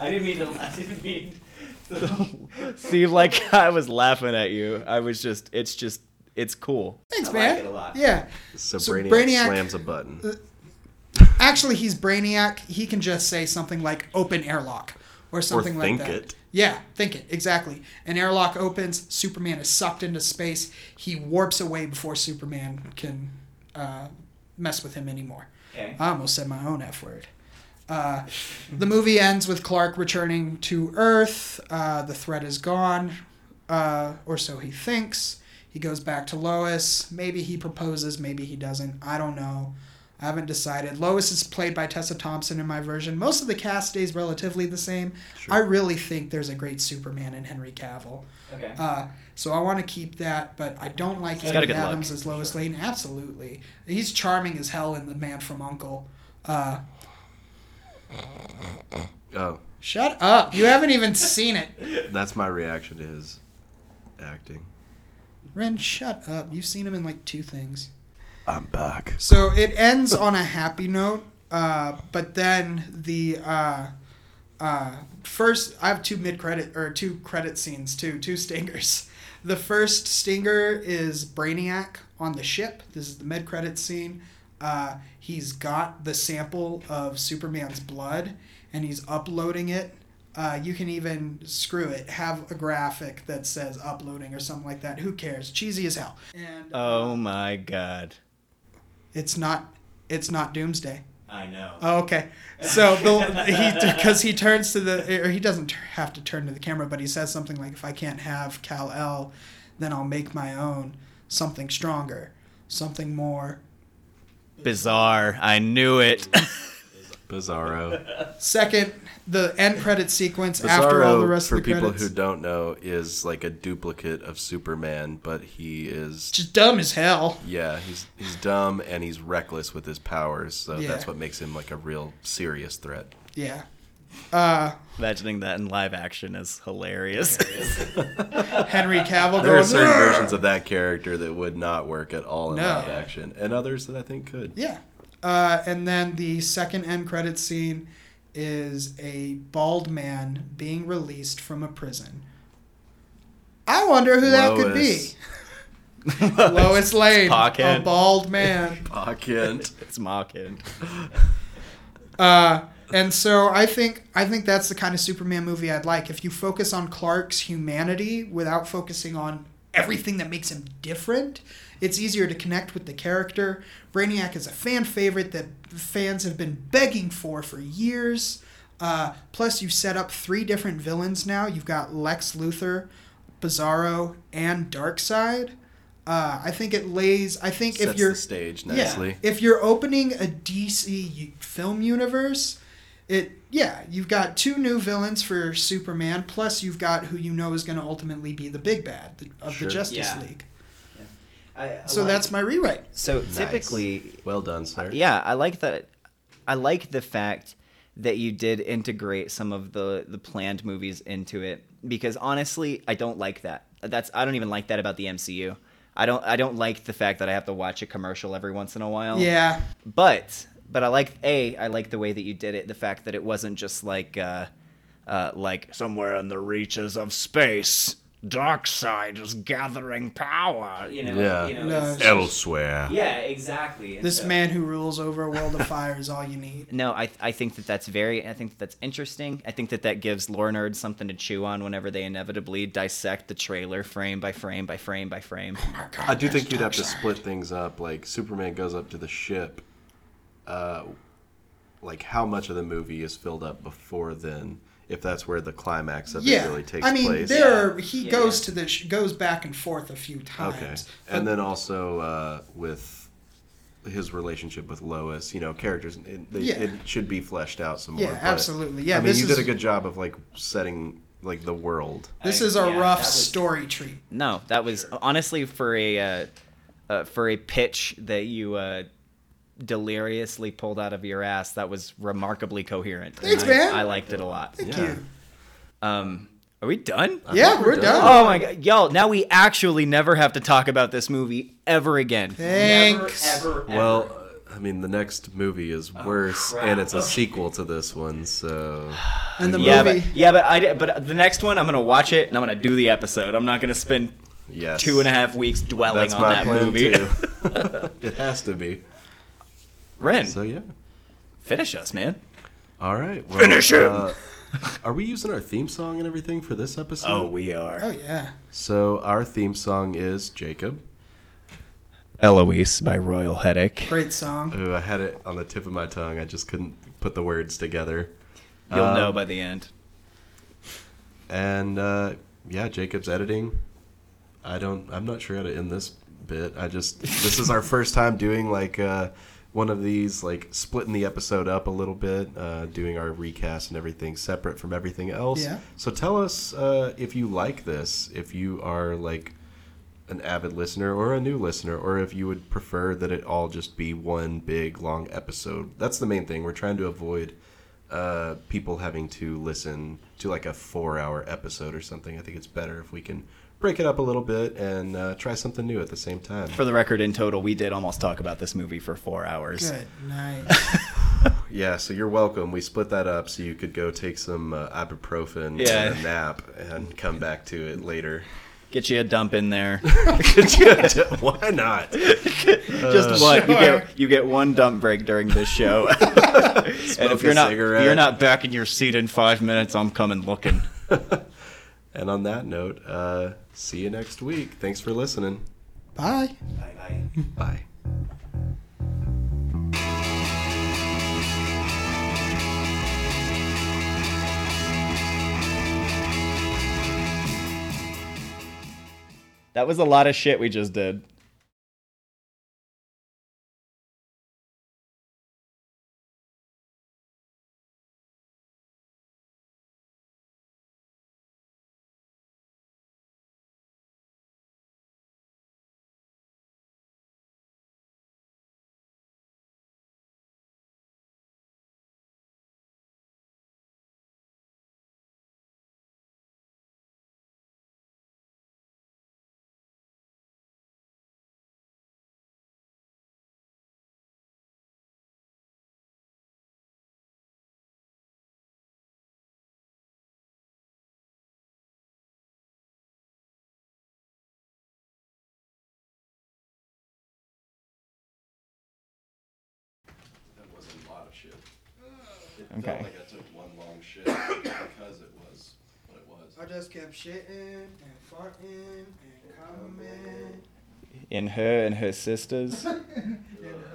I didn't mean to. [laughs] I didn't mean. To, See, like [laughs] I was laughing at you. I was just, it's just, it's cool. Thanks, I like man. it a lot. Yeah. So, So Brainiac, Brainiac- slams a button. Actually, he's Brainiac. He can just say something like open airlock or something think like that. it. Yeah, think it. Exactly. An airlock opens. Superman is sucked into space. He warps away before Superman can uh, mess with him anymore. Okay. I almost said my own F word. Uh, the movie ends with Clark returning to Earth. Uh, the threat is gone, uh, or so he thinks. He goes back to Lois. Maybe he proposes, maybe he doesn't. I don't know. I haven't decided. Lois is played by Tessa Thompson in my version. Most of the cast stays relatively the same. I really think there's a great Superman in Henry Cavill. Okay. [laughs] Uh, so I want to keep that, but I don't like got a Amy good look. Adams as Lois Lane. Absolutely, he's charming as hell in The Man from Uncle. Uh, Oh, shut up! You haven't even seen it, that's my reaction to his acting. Ren. Shut up! You've seen him in like two things. I'm back. So it ends on a happy note, uh, but then the uh, uh, first I have two mid credit or two credit scenes too, two stingers. The first stinger is Brainiac on the ship. This is the mid credit scene. Uh, he's got the sample of Superman's blood and he's uploading it. Uh, you can even screw it, have a graphic that says uploading or something like that. Who cares? Cheesy as hell. And uh, Oh my god. it's not it's not Doomsday. I know. Oh, okay. So the, he because he turns to the or he doesn't tur- have to turn to the camera, but he says something like, "If I can't have Cal El, then I'll make my own something stronger, something more." Bizarre. I knew it. [laughs] Bizarro. Second, the end credit sequence Bizarro, after all the rest for of the people credits. who don't know, is like a duplicate of Superman, but he is just dumb as hell. Yeah, he's he's dumb and he's reckless with his powers, so Yeah. that's what makes him like a real serious threat. Yeah. Uh, Imagining that in live action is hilarious. Henry Cavill There are going. certain "Grr!" versions of that character that would not work at all in No. live action, and others that I think could. Yeah. Uh, and then the second end credit scene is a bald man being released from a prison I wonder who that could be. Lois. [laughs] Lois Lane, Pa a Kent. bald man. Pocket. It's mocking. Uh, and so I think I think that's the kind of Superman movie I'd like. If you focus on Clark's humanity without focusing on everything that makes him different, it's easier to connect with the character. Brainiac is a fan favorite that fans have been begging for for years. Uh, plus, you set up three different villains now. You've got Lex Luthor, Bizarro, and Darkseid. Uh, I think it lays. I think Sets if you're the stage nicely. yeah. If you're opening a DC u- film universe, it yeah, you've got two new villains for Superman, plus you've got who you know is going to ultimately be the big bad th- of Sure. the Justice Yeah. League. I, I So like- that's my rewrite. So typically, Well done, sir. yeah, I like that. I like the fact that you did integrate some of the the planned movies into it because honestly, I don't like that. That's I don't even like that about the MCU. I don't I don't like the fact that I have to watch a commercial every once in a while. Yeah, but but I like a I like the way that you did it. The fact that it wasn't just like uh, uh, like Somewhere in the reaches of space, Darkseid is gathering power. you know, Yeah. you know, No. it's- Elsewhere. yeah, exactly. And this so- man who rules over a world of fire is all you need. no I I think that that's very I think that that's interesting. I think that that gives lore nerds something to chew on whenever they inevitably dissect the trailer frame by frame by frame by frame. I do think you'd have to split things up. Like Superman goes up to the ship. Uh, like how much of the movie is filled up before then? If that's where the climax of yeah, it really takes I mean place. there are, he Yeah, goes yeah. to the sh- goes back and forth a few times. Okay. And then also uh, with his relationship with Lois, you know, characters, it, they, Yeah. it should be fleshed out some Yeah, more. but- absolutely. Yeah, I mean, this you is- did a good job of like setting like the world. This I- is a yeah, rough that was- story treat. No, that was honestly for a uh, uh, for a pitch that you. Uh, deliriously pulled out of your ass that was remarkably coherent And Thanks, I, man. I liked it a lot Thank Yeah. you. um are we done Yeah, we're done. Oh my god, y'all! Now we actually never have to talk about this movie ever again. Never, Thanks. ever, ever. Well, I mean, the next movie is worse, crap. and it's a Okay. sequel to this one, so. and the Yeah, movie. but yeah, but I did- but the next one I'm gonna watch it and I'm gonna do the episode. I'm not gonna spend Yes. two and a half weeks dwelling That's on my that plan movie. too. [laughs] it has to be. Ren, So yeah. finish us, man. All right. Well, Finish him. are we using our theme song and everything for this episode? we are oh yeah. So our theme song is Jacob. Eloise by Royal Headache. Great song. Ooh, I had it on the tip of my tongue. I just couldn't put the words together. You'll Um, know by the end. And uh, yeah, Jacob's editing. I don't. I'm not sure how to end this bit. I just. This is our first time doing like uh, one of these, like splitting the episode up a little bit, uh, doing our recast and everything separate from everything else. Yeah. So tell us uh, if you like this. If you are like an avid listener or a new listener, or if you would prefer that it all just be one big long episode. That's the main thing. We're trying to avoid uh, people having to listen to like a four hour episode or something. I think it's better if we can break it up a little bit and uh, try something new at the same time. For the record, in total, we did almost talk about this movie for four hours. Good night. [laughs] Yeah, so you're welcome. We split that up so you could go take some uh, ibuprofen Yeah. and a nap and come back to it later. [laughs] Get you a dump in there. Why not? Just one. Uh, You get you get one dump break during this show. [laughs] and if a you're not if cigarette. you're not back in your seat in five minutes, I'm coming [laughs] looking. And on that note, uh, see you next week. Thanks for listening. Bye. Bye bye. Bye. That was a lot of shit we just did. Okay. like I took one long shit because it was what it was. I just kept shitting and farting and coming. In her and her sisters. And [laughs]